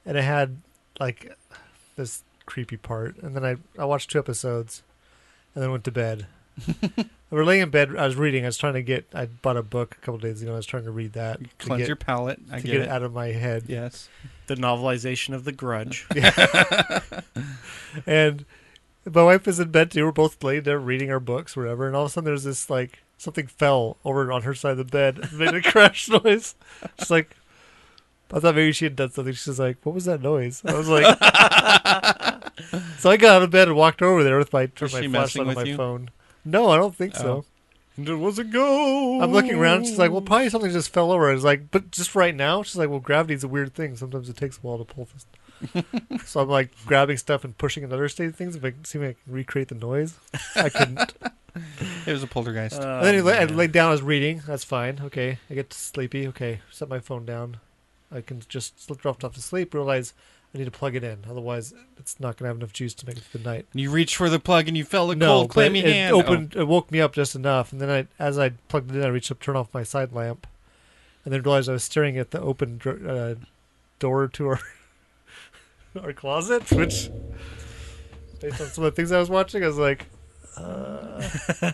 and it had like this creepy part. And then I, I watched two episodes and then went
(laughs)
to bed. I was laying in bed. I was reading. I was trying to get. I bought a book a couple days ago. and I was trying to read that to
Cleanse
get,
your palate. I
to
get,
get
it.
it out of my head.
Yes.
The novelization of The Grudge.
and my wife is in bed too. We're both laying there reading our books, whatever. And all of a sudden, there's this like something fell over on her side of the bed, and made
(laughs)
a crash noise. She's like, I thought maybe she had done something. She's like, what was that noise? I
(laughs)
was like, so I got out of bed and walked over there with my turned
she
my
messing
flashlight on
with
my
you? Oh.
phone. No, I don't think so.
and it was a go.
I'm looking around. She's like, well, probably something just fell over. I was like, but just right now? She's like, well, gravity's a weird thing. Sometimes it takes a while to pull this. so I'm like grabbing stuff and pushing another state of things, but seeing if I can recreate the noise. I couldn't.
It was a poltergeist.
Oh,
and then I lay- I laid down. I was reading. That's fine. Okay. I get sleepy. Okay. Set my phone down. I can just slip dropped off to sleep. Realize I need to plug it in. Otherwise, it's not going to have enough juice to make it through the night.
you reach for the plug and you felt a
No,
cold,
but
clammy
it
hand.
opened. It woke me up just enough, and then I, as I plugged it in, I reached up, to turn off my side lamp, and then realized I was staring at the open dr- uh, door to our (laughs) our closet. Which, based on some of the things I was watching, I was like, uh...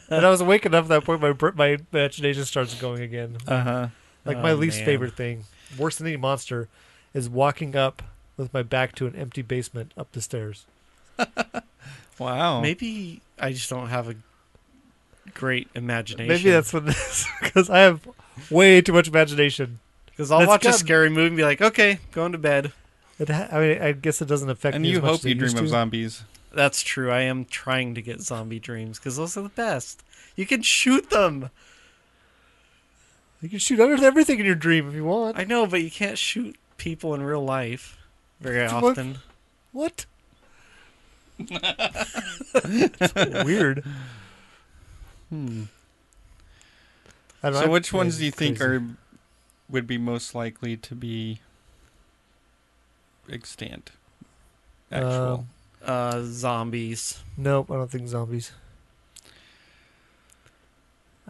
and I was awake enough at that point. My br- my imagination starts going again.
Uh huh.
Like my
Oh,
least
man.
favorite thing, worse than any monster, is walking up with my back to an empty basement up the stairs.
Wow.
Maybe I just don't have a great imagination.
Maybe that's what it is (laughs) because I have way too much imagination.
because I'll
that's
watch a
good.
scary movie and be like, okay, going to bed.
It ha- I mean, I guess it doesn't affect
and
me.
you
as much
hope
as it
you dream
used
of
to.
zombies.
That's true. I am trying to get zombie dreams because those are the best. You can shoot them.
You can shoot under everything in your dream if you want.
I know, but you can't shoot people in real life very
What the fuck?
often.
(laughs)
what? It's weird.
Hmm.
I don't
So,
know,
which
I-
ones do you
it's
think
crazy.
are would be most likely to be extant? Actual.
Um,
Uh, zombies.
Nope, I don't think zombies.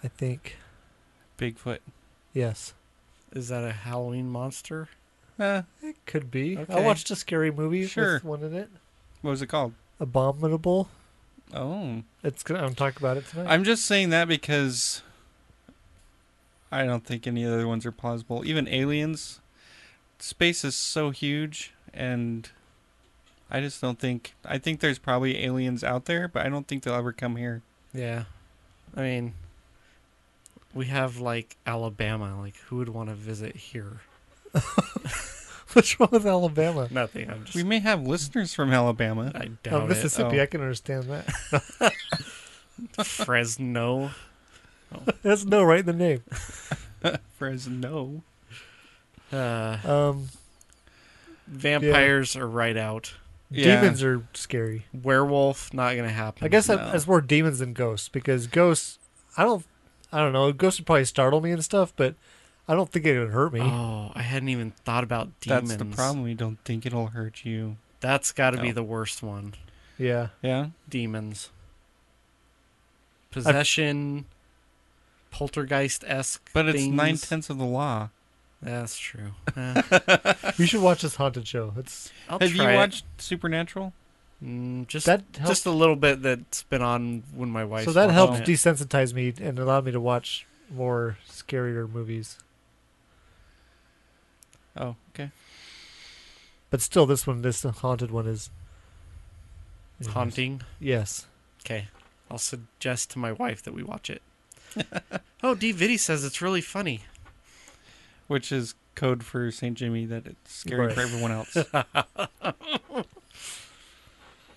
I think
Bigfoot.
yes,
Is that a Halloween monster?
Uh,
it could be. I
Okay.
watched a scary movie
Sure.
with one in it,
what was it called?
Abominable.
Oh.
It's gonna. I'm talking about it
Oh,
tonight.
I'm just saying that because I don't think any other ones are plausible. Even aliens, space is so huge, and I just don't think. I think there's probably aliens out there, but I don't think they'll ever come here.
Yeah. I mean, we have like Alabama. Like, who would want to visit here?
(laughs) What's wrong with Alabama?
Nothing. I'm just.
We may have listeners from Alabama.
I
Oh,
doubt
Mississippi,
Oh.
I can understand that.
(laughs)
it. Fresno.
That's no right in the name.
Fresno.
Uh,
Um,
vampires are right out.
(laughs) Yeah.
Demons are scary.
Werewolf, not gonna happen.
I guess that
No.
that's more demons than ghosts because ghosts. I don't. I don't know. Ghosts would probably startle me and stuff, but I don't think it would hurt me.
Oh, I hadn't even thought about demons.
That's the problem. You don't think it'll hurt you.
That's got to be
No.
the worst one.
yeah.
Yeah.
Demons. Possession. Poltergeist esque.
But it's nine tenths of the law.
(laughs)
That's true. Eh,
You should watch this haunted show. It's
I'll
have you
try it.
watched Supernatural?
Mm, just
that helps.
just a little bit that's been on when my wife.
so that helped
it.
desensitize me and allowed me to watch more scarier movies.
Oh, okay.
But still, this one, this haunted one is anyways.
haunting.
Yes.
Okay, I'll suggest to my wife that we
(laughs)
watch it. oh, D. Vitti says it's really funny.
Which is code for St. Jimmy that it's scary
Right.
for everyone else.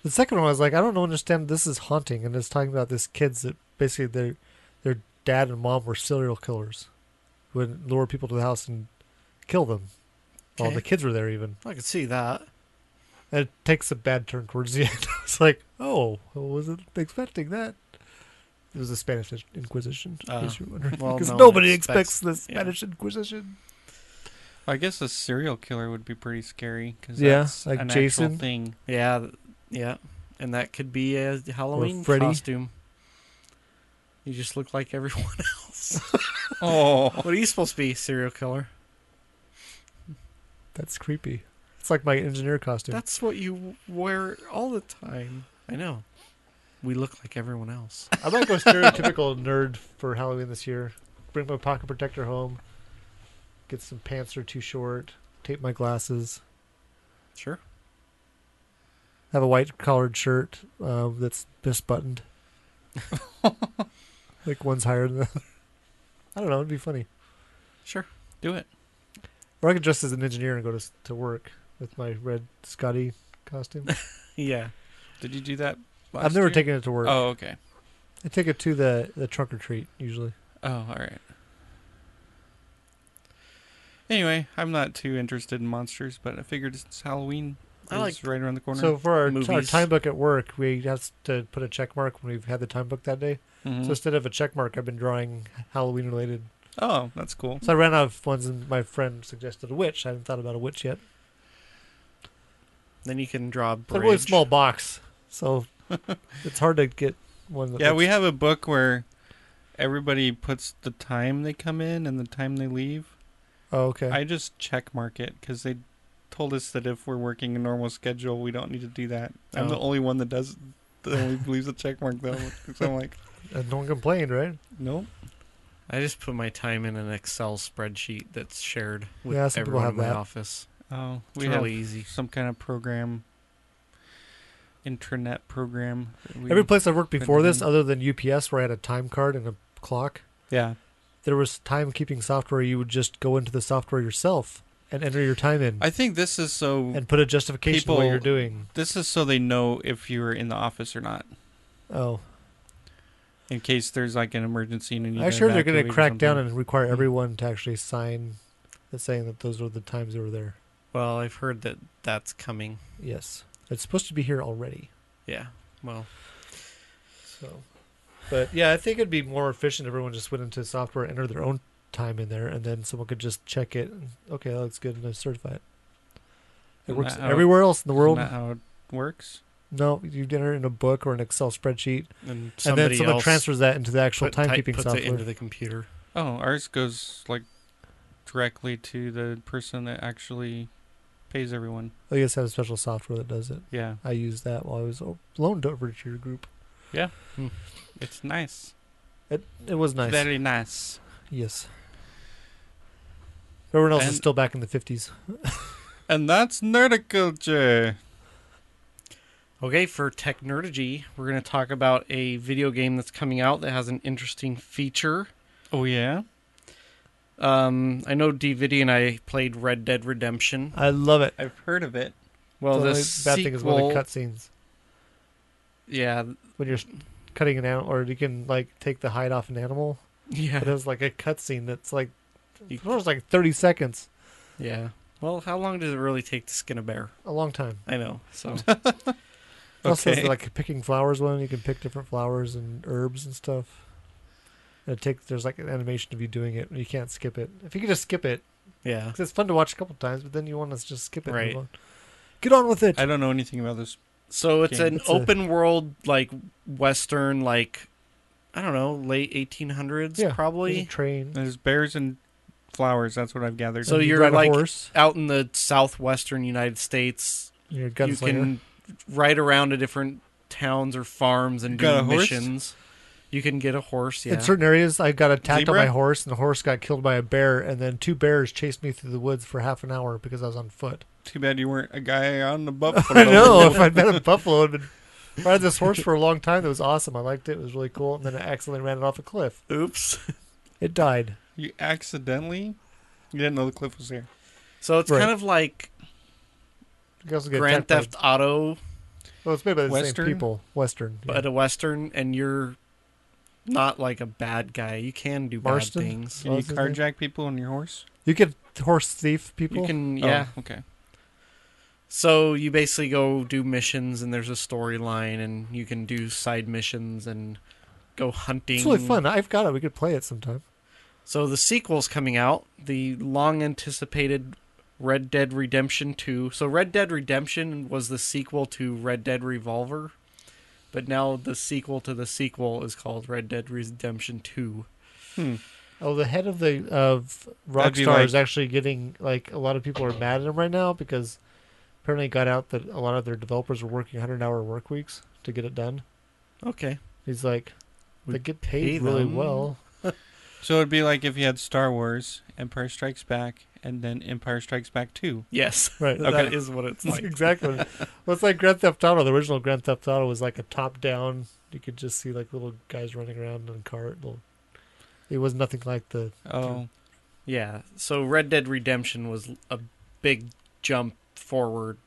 The second one I was like, I don't understand. This is haunting, and it's talking about this kids that basically their their dad and mom were serial killers, who would lure people to the house and kill them. While
Okay.
the kids were there, even
I could see that.
and it takes a bad turn towards the (laughs) end. I was like, oh, I wasn't expecting that. It was the Spanish Inquisition, in
Oh.
case you're wondering, (laughs)
Well,
because
no one
nobody
expects-
expects, the
yeah.
Spanish Inquisition.
I guess a serial killer would be pretty scary because
Yeah,
that's
like
an
Jason.
actual
(laughs)
thing.
Yeah, th- yeah, and that could be a Halloween
Freddy.
costume. You just look like everyone (laughs) else.
(laughs)
Oh,
what are you supposed to be, serial killer?
That's creepy. It's like my engineer costume.
That's what you wear all the time. I know. We look like
(laughs)
everyone else.
I might go stereotypical nerd for Halloween this year. Bring my pocket protector home. Get some pants that are too short. Tape my glasses.
Sure.
Have a white collared shirt uh, that's
(laughs)
misbuttoned. like one's higher than the other. I don't know. It'd be funny.
Sure.
Do it.
Or I could dress as an engineer and go to s- to work with my red Scotty
(laughs)
costume.
Yeah.
Did you do that?
I've
last
never
year?
taken it to work.
Oh, okay.
I take it to the the trunk or treat usually.
Oh, all right. Anyway, I'm not too interested in monsters, but I figured it's Halloween.
I like-
It's right around the corner.
So for our, our
movies.
time book at work, we have to put a check mark when we've had the time book that day.
Mhm.
So instead of a check mark, I've been drawing Halloween related.
oh, that's cool.
So I ran out of ones, and my friend suggested a witch. I hadn't thought about a witch yet.
Then you can draw a
It's a really
bridge.
small box,
(laughs)
so it's hard to get one. That
Yeah,
looks-
we have a book where everybody puts the time they come in and the time they leave.
Oh, okay.
I just check mark it because they told us that if we're working a normal schedule, we don't need to do that. I'm the
Oh.
only one that does that only leaves a check mark though. So I'm like,
and Uh, no one complained, right?
nope.
I just put my time in an Excel spreadsheet that's shared with
Yeah, some people
everyone
have
in my
that.
office.
Oh,
It's
we have
really easy.
some kind of program, intranet program. that we-
Every place I worked before
couldn't
this,
even-
other than UPS, where I had a time card and a clock,
yeah,
there was timekeeping software. You would just go into the software yourself and enter your time in
I think this is so.
and put a justification of what
people-
you're doing.
This is so they know if you're in the office or not,
Oh,
in case there's like an emergency and you. need
I'm
to
sure they're going
evacuate
to
or
crack down
something. Hmm.
and require everyone to actually sign, that saying that those were the times they were there.
Well, I've heard that that's coming.
Yes, it's supposed to be here already.
Yeah. Well,
So, but yeah, I think it'd be more efficient. if Everyone just went into software, entered their own time in there, and then someone could just check it. and, Okay, that looks good, and then certify it. It
Isn't
works
that
uh,
how-
everywhere else in the world.
Isn't that how it works?
No, you enter it in a book or an Excel spreadsheet,
and
and
somebody
then someone
else
transfers that into the actual
put, type-
timekeeping
puts it
software.
into the computer.
Oh, ours goes like directly to the person that actually pays everyone.
I guess Oh, have special software that does it.
Yeah,
I used that while I was o- loaned over to your group.
it's nice.
It it was nice.
Very nice.
yes. Everyone else is
And-
still back in the fifties.
And that's nerdiculture.
Okay, for Tech Nerdigy, we're going to talk about a video game that's coming out that has an interesting feature.
Oh yeah.
Um, I know DVD and I played Red Dead Redemption.
I love it.
I've heard of it.
Well,
the only
this
bad
sequel,
thing is one of the cutscenes.
yeah, (laughs)
when you're cutting an animal, or you can like take the hide off an
(laughs)
animal. But uh,
yeah,
it's like a cutscene that's like
You-
it was like 30 seconds,
yeah. Well, how long does it really take to skin a bear?
a long time.
I know.
(laughs)
So
Also, it's
Okay.
like picking flowers one. You can pick different flowers and herbs and stuff. And it takes there's like an animation of you doing it. You can't skip it. If you could just skip it,
yeah,
'cause it's fun to watch a couple times, but then you want to just skip it. and
Right.
move on. Get on with it.
I don't know anything about this.
so it's
Game.
an
It's a-
open world like Western, like I don't know, late eighteen hundreds
Yeah, There's a
probably.
train.
There's bears and flowers. That's what I've gathered.
So
and you
you're
ride a
like-
horse.
Out in the southwestern United States,
and You're a
you
gunslinger.
can ride around to different towns or farms and do
Got a horse?
missions. You can get a horse. Yeah.
In certain areas, I got attacked
Zebra?
on my horse, and the horse got killed by a bear, and then two bears chased me through the woods for half an hour because I was on
(laughs)
foot.
Too bad you weren't a guy on the
(laughs)
buffalo.
I know. if I'd been a buffalo, I'd been riding this horse for a long time. That was awesome. I liked it. It was really cool. And then I accidentally ran it off a cliff.
Oops. (laughs)
It died.
You accidentally. You didn't know the cliff was there.
So it's
Right.
kind of like
You also get
Grand
attacked by-
Theft Auto,
well, it's made by the
Western?
same people. Western. yeah.
but a Western, and you're not like a bad guy. You can do
Marston?
bad things.
Can
What
you
was his name?
carjack people on your horse?
you could horse thief people.
You can, yeah.
Oh, okay.
So you basically go do missions, and there's a storyline, and you can do side missions and go hunting.
it's really fun. I've got it. We could play it sometime.
So the sequel's coming out, the long anticipated Red Dead Redemption 2. So Red Dead Redemption was the sequel to Red Dead Revolver, but now the sequel to the sequel is called Red Dead Redemption 2.
Hmm.
Oh, the head of the of
That'd be
Rockstar
like-
is actually getting like a lot of people are mad at him right now because Apparently, it got out that a lot of their developers were working 100 hour work weeks to get it done.
Okay.
He's like,
We
they get
pay
paid really
them.
well.
So it'd be like if you had Star Wars, Empire Strikes Back, and then Empire Strikes Back Two.
Yes. (laughs)
Right.
That
Okay.
is what
(laughs)
it's
That's
like.
exactly. What, well, it's like Grand Theft Auto. The original Grand Theft Auto was like a top down. You could just see like little guys running around in a cart. Little, it was nothing like the
Oh,
Yeah. So Red Dead Redemption was a big jump forward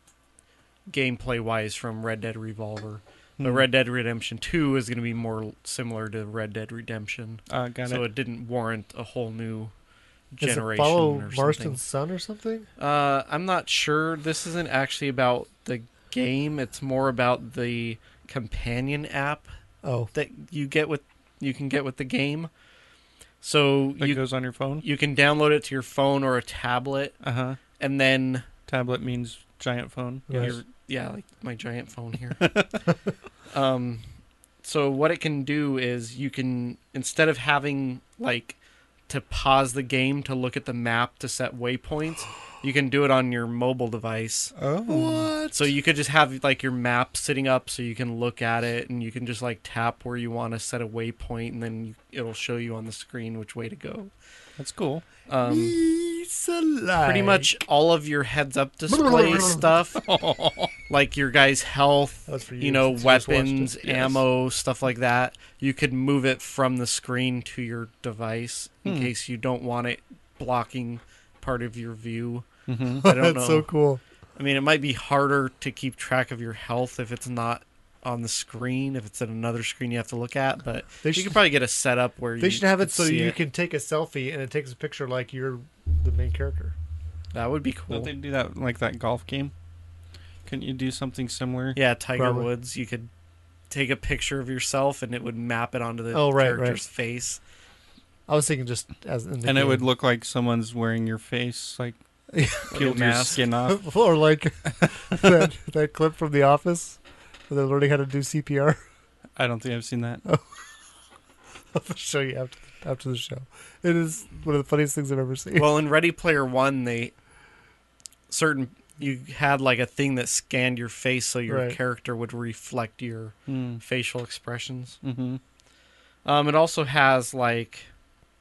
gameplay wise from Red Dead Revolver. But
hmm.
Red Dead Redemption 2 is going to be more similar to Red Dead Redemption.
Uh, got
so
it.
it. didn't warrant a whole new
Does
generation
it follow
or
Marston's son or something?
something. Uh, I'm not sure. This isn't actually about the game. It's more about the companion app
Oh,
that you get with you can get with the game. So
That
you
goes on your phone.
you can download it to your phone or a tablet,
Uh huh.
and then
Tablet means giant phone.
Yes.
your- yeah, like my giant phone here. um, so what it can do is you can instead of having like to pause the game to look at the map to set waypoints, you can do it on your mobile device.
Oh.
So you could just have like your map sitting up so you can look at it and you can just like tap where you want to set a waypoint and then you, it'll show you on the screen which way to go.
That's
(laughs)
cool.
Um,
He's alive.
pretty much all of your heads up display stuff,
Mm-hmm.
like your guy's health,
That was for
you
you,
know,
since you just watched
weapons,
it.
Yes.
ammo, stuff like that. You could move it from the screen to your device in
Hmm.
case you don't want it blocking part of your view.
(laughs)
hmm
I don't
That's
know.
so cool.
I mean, it might be harder to keep track of your health if it's not on the screen, if it's at another screen you have to look at, but
They
you
should
could probably get a setup where
they
you
should have
could
it so
see
you
it.
can take a selfie and it takes a picture like you're the main character.
That would be cool.
Don't they do that like that golf game? Couldn't you do something similar?
Yeah, Tiger
Probably.
Woods. You could take a picture of yourself, and it would map it onto the
Oh, right,
character's face.
I was thinking just as in the
And it
game.
would look like someone's wearing your face, like
(laughs) Yeah.
peeled your
mask.
skin
(laughs)
off.
or like that that clip from The Office where they're learning how to do CPR.
I don't think I've seen
Oh.
that.
(laughs) I'll show you after after the show. It is one of the funniest things I've ever seen.
Well, in Ready Player One, they certain you had like a thing that scanned your face, so your
Right.
character would reflect your
Mm.
facial expressions.
hmm
Um, it also has like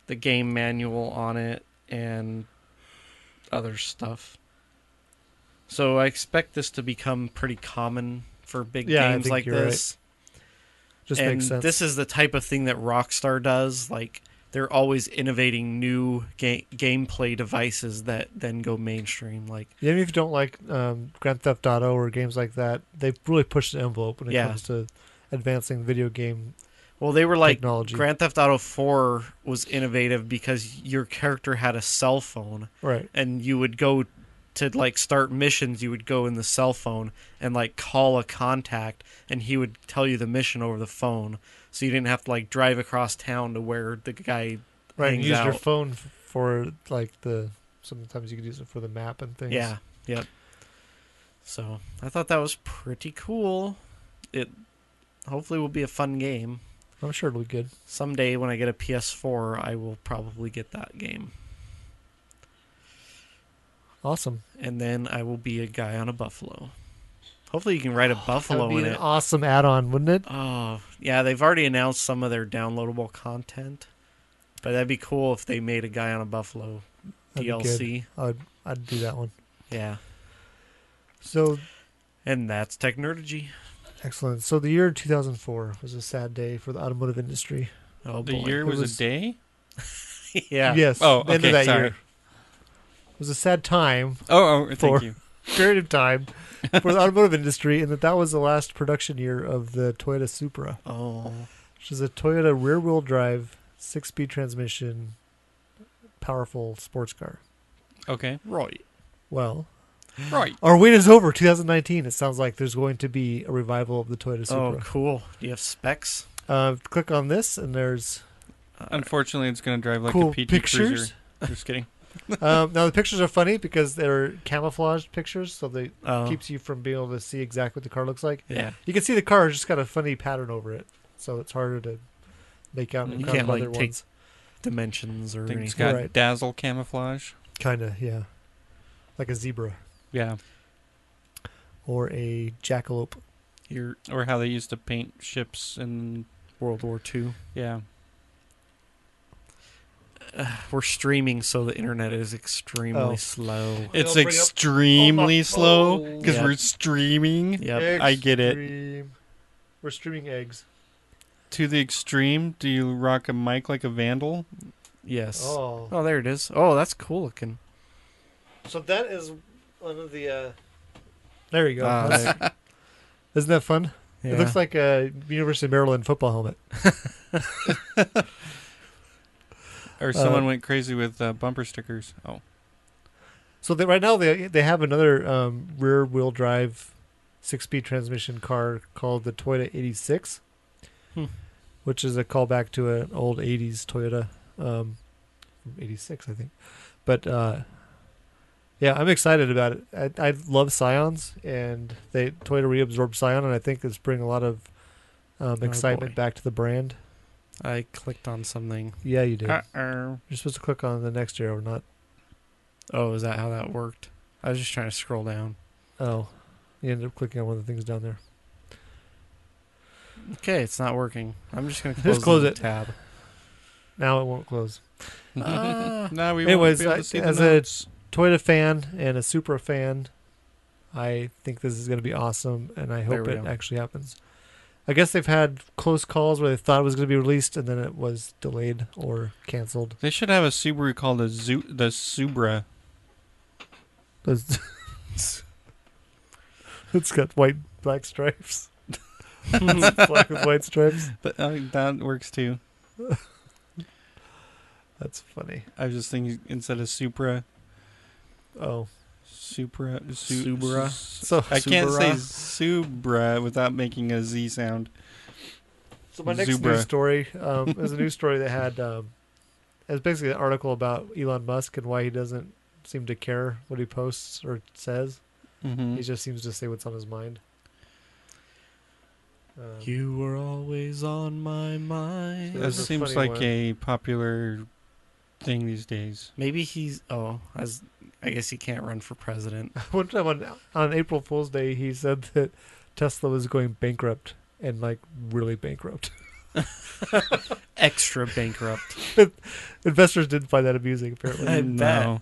the game manual on it and other stuff. So I expect this to become pretty common for big
Yeah, I
games
think
like
you're right.
this.
Just
and
makes sense.
This is the type of thing that Rockstar does. Like they're always innovating new ga- gameplay devices that then go mainstream. Like
Even if you don't like um, Grand Theft Auto or games like that, they really push the envelope when it
Yeah.
comes to advancing video game
well, they were like
technology.
Grand Theft Auto 4 was innovative because your character had a cell phone
right.
and you would go to like start missions you would go in the cell phone and like call a contact and he would tell you the mission over the phone so you didn't have to like drive across town to where the guy
Right.
hangs
Use your
out.
phone f- for like the sometimes you can use it for the map and things.
Yeah. Yep. So I thought that was pretty cool. It hopefully will be a fun game.
I'm sure it'll be good.
Someday when I get a PS4, I will probably get that game,
Awesome.
and then I will be a guy on a buffalo. Hopefully, you can ride
(gasps)
a
That would
buffalo
be
in
an
it.
awesome add-on, wouldn't it?
Oh, yeah. They've already announced some of their downloadable content, but that'd be cool if they made a guy on a buffalo
That'd be good.
DLC.
I'd I'd do that one.
Yeah,
So
and that's Tech Nerdigy.
excellent. So the year 2004 was a sad day for the automotive industry.
Oh
The
boy.
year
it
was,
was-
a day.
(laughs) yeah.
Yes.
Oh,
the end
okay,
of that
sorry.
year was a sad time (laughs)
Oh, oh thank
Four.
you.
period of time for
(laughs)
the automotive industry, and that that was the last production year of the Toyota Supra,
Oh.
which is a Toyota rear-wheel drive, six-speed transmission, powerful sports car.
(laughs)
Okay.
Right.
Well,
Right.
our wait is over. 2019. It sounds like there's going to be a revival of the Toyota
Oh,
Supra.
cool. Do you have specs? Uh,
Uh, click on this, and there's Um,
Unfortunately, it's gonna drive like
cool
a PT
pictures.
Cruiser. Just kidding.
(laughs) um, now the pictures are funny because they're camouflaged pictures, so they
Oh,
keeps you from being able to see exactly what the car looks like.
yeah.
You can see the car has just got a funny pattern over it, so it's harder to make out.
Mm, You
from
can't,
other
like, take-
ones.
Dimensions or
I think it's
anything.
got
Right.
dazzle camouflage.
Kinda, yeah, like a zebra.
Yeah.
or a jackalope.
Your
or how they used to paint ships and
World War II.
yeah.
We're streaming, so the internet is extremely
Oh.
slow.
It's
bring up all my
extremely slow slow because
Yeah.
we're streaming
Yep.
I get it.
it. We're streaming eggs.
to the extreme. Do you rock a mic like a vandal?
Yes. Oh.
Oh,
there it is. Oh, that's cool looking.
so that is one of the. Uh... There you go.
Ah,
That's- (laughs) Isn't that fun? It looks like a University of Maryland football helmet.
Or someone went crazy with uh, bumper stickers. Oh,
So they, right now they they have another um, rear wheel drive six speed transmission car called the Toyota 86,
Hmm.
which is a callback to an old 80s Toyota um, from 86, I think. But uh, yeah, I'm excited about it. I, I love Scions, and they Toyota reabsorbed Scion, and I think it's bringing a lot of um, excitement
Oh, boy.
back to the brand.
I clicked on something.
Yeah, you
Uh,
did.
(laughs) Uh-oh.
You're supposed to click on the next arrow, not
Oh, is that how that worked? I was just trying to scroll down.
oh. You ended up clicking on one of the things down there.
Okay, it's not working. I'm just gonna
(laughs)
close,
Just close
the
it.
Tab.
Now it won't close.
Ah.
no, we won't
Anyways,
be able
I-
to see
uh, as
the
a-
notes.
Toyota fan and a Supra fan. I think this is going to be awesome, and I
There
hope
we
it
go.
actually happens. I guess they've had close calls where they thought it was going to be released, and then it was delayed or canceled. (laughs)
They should have a Subaru called a Zoo, the Subra.
Those- it's got white black stripes, (laughs) black with white stripes.
But, uh, that works too.
That's funny.
I was just thinking instead of Supra,
Oh,
Supra, su-
Subra.
s-
so
I can't say Subra without making a Z sound.
So my next
Zubra.
news story um, (laughs) is a news story that had um, it was basically an article about Elon Musk and why he doesn't seem to care what he posts or says.
Mm-hmm.
He
Mm.
just seems to say what's on his mind. Um,
You were always on my mind.
There's
That
a
seems
funny
like
one.
a popular thing these days.
Maybe he's. Oh, as I guess he can't run
(laughs)
for president.
(laughs)
(laughs)
one time on on April Fool's Day, he said that Tesla was going bankrupt and like really bankrupt. (laughs)
Extra bankrupt.
Investors didn't find that amusing apparently.
I
no.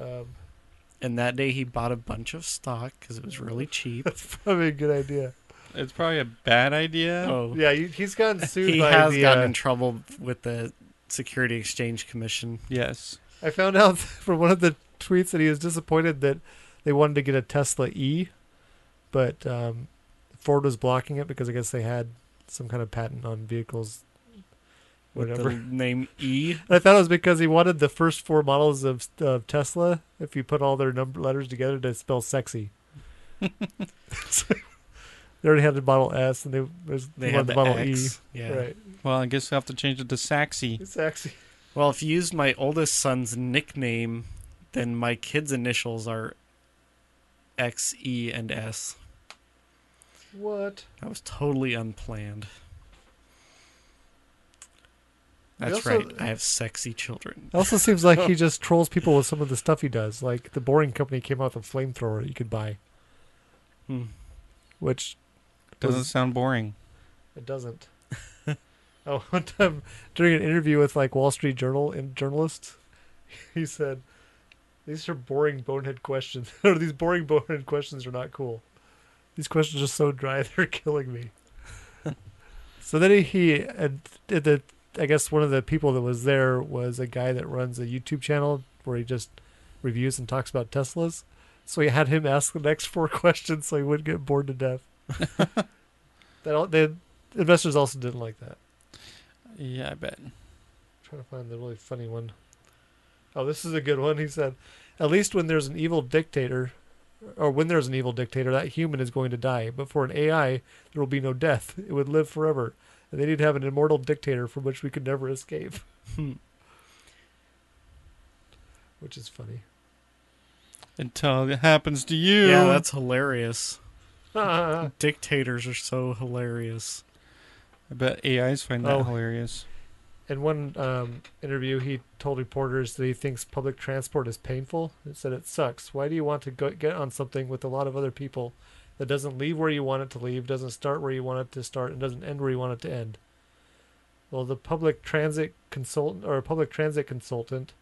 um, (laughs)
And that day he bought a bunch of stock because it was really cheap.
that's probably a good idea.
It's probably a bad idea.
Oh,
(laughs) Yeah, he, he's gotten sued
he
by
has
the.
gotten
uh,
in trouble with the Security Exchange Commission.
Yes.
I found out (laughs) from one of the tweets that he was disappointed that they wanted to get a Tesla E, but um, Ford was blocking it because I guess they had some kind of patent on vehicles.
With
Whatever.
the name E.
And I thought it was because he wanted the first four models of of Tesla, if you put all their number letters together, to spell sexy. (laughs) So, they already had the model S, and they was
They
wanted
had the,
the model
X.
E.
Yeah.
Right,
Well, I guess I have to change it to Saxy.
it's sexy.
Well, if you use my oldest son's nickname, then my kids' initials are X, E, and S.
What?
That was totally unplanned. That's
also-
right. I have sexy children.
It also seems like he just trolls people with some of the stuff he does. Like the Boring Company came out with a flamethrower you could buy,
Hmm.
which
Doesn't
Was-
sound boring.
it doesn't. (laughs) oh, one time during an interview with like Wall Street Journal and journalists, (laughs) he said, "These are boring bonehead questions. (laughs) or these boring bonehead questions are not cool. These questions are so dry (laughs) they're killing me." so then he, he and did the I guess one of the people that was there was a guy that runs a YouTube channel where he just reviews and talks about Teslas. So he had him ask the next four (laughs) questions so he wouldn't get bored to death. that all, the investors also didn't like that.
Yeah, I bet.
trying to find the really funny one. Oh, this is a good one. He said, "At least when there's an evil dictator, or when there's an evil dictator, that human is going to die. But for an AI, there will be no death. It would live forever, and they need to have an immortal dictator from which we could never escape."
Hmm.
Which is funny. (laughs)
Until it happens to you.
Yeah, that's hilarious.
oh,
Dictators are so hilarious.
I bet AIs find that
Oh.
hilarious.
in one um, interview, he told reporters that he thinks public transport is painful. He said it sucks. Why do you want to go get on something with a lot of other people that doesn't leave where you want it to leave, doesn't start where you want it to start, and doesn't end where you want it to end? Well, the public transit consultant or a public transit consultant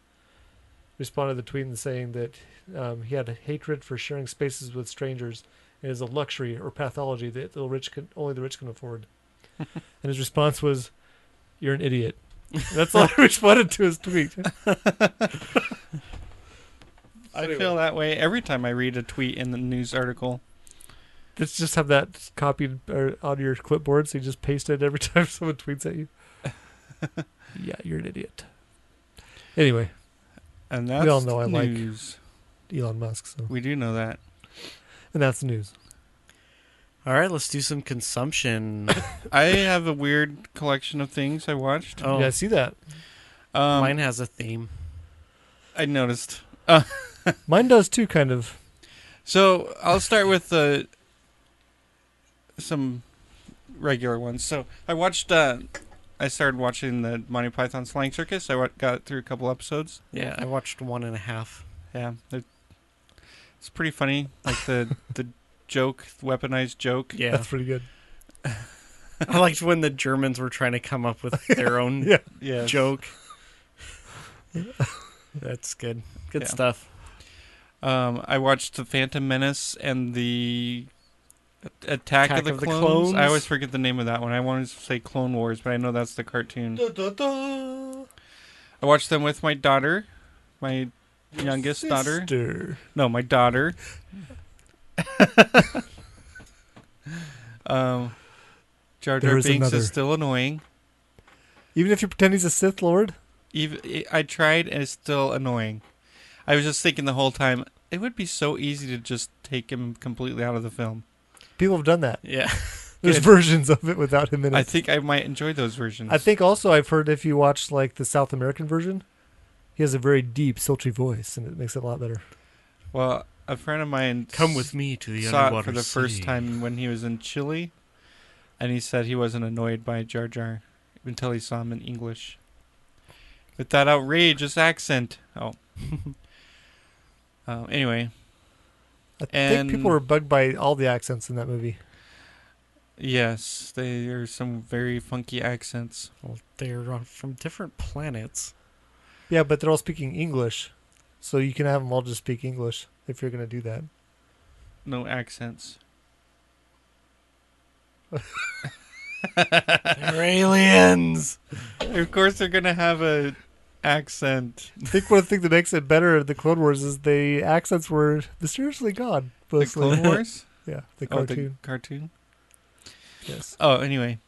responded to the tweet and saying that um, he had a hatred for sharing spaces with strangers. It is a luxury or pathology that the rich can only the rich can afford. and his response was, "You're an idiot." And that's all (laughs) I responded to his tweet.
I feel that way every time I read a tweet in the news article.
Let's just have that copied or on your clipboard, so you just paste it every (laughs) time someone tweets at
(laughs)
you. yeah, you're an idiot. Anyway,
And that's
all know I
the
like-
news.
Elon Musk. So,
We do know that.
and that's the news.
All right, let's do some (laughs) consumption.
I have a weird collection of things I watched.
Oh,
Yeah, I see that.
Um,
mine has a theme.
I noticed.
Mine does too, kind of.
So I'll start with uh, some regular ones. So I watched. Uh, I started watching the Monty Python Slang Circus. I wa- got through a couple episodes.
Yeah, I watched one and a half.
Yeah, they're- it's pretty funny. Like the the (laughs) joke, weaponized joke.
Yeah,
That's pretty good.
(laughs) I liked when the Germans were trying to come up (laughs) with their own
Yeah.
Yeah.
joke. That's good. Good
Yeah.
stuff.
Um, I watched the Phantom Menace and the Attack, of, the, clones. I always forget the name of that one. I wanted to say Clone Wars, but I know that's the cartoon. I watched them with my daughter, my youngest daughter.
Sister.
No, my daughter. (laughs) um, Jar
There
Jar
is
Binks
another.
is still annoying.
Even if you pretend he's a Sith Lord,
Even I tried, and it's still annoying. I was just thinking the whole time it would be so easy to just take him completely out of the film.
people have done that.
Yeah.
There's
Good.
versions of it without him in it.
I think I might enjoy those versions.
I think also I've heard if you watch like the South American version, he has a very deep, sultry voice, and it makes it a lot better.
Well, a friend of mine
Come with me to the
saw it
underwater
for the first time when he was in Chile, and he said he wasn't annoyed by Jar Jar until he saw him in English with that outrageous accent.
(laughs)
Oh. um, anyway,
I
And-
think people were bugged by all the accents in that movie.
yes, they are some very funky accents.
Well, they're on- from different planets.
Yeah, but they're all speaking English, so you can have them all just speak English if you're gonna do that.
No accents.
They're aliens.
Of course, they're gonna have a accent.
I think one thing that makes it better at the Clone Wars is the accents were mysteriously gone.
The
mostly.
Clone Wars.
(laughs) yeah, the
Oh, the
cartoon.
cartoon. (laughs)
Yes,
Oh,
(laughs)
anyway.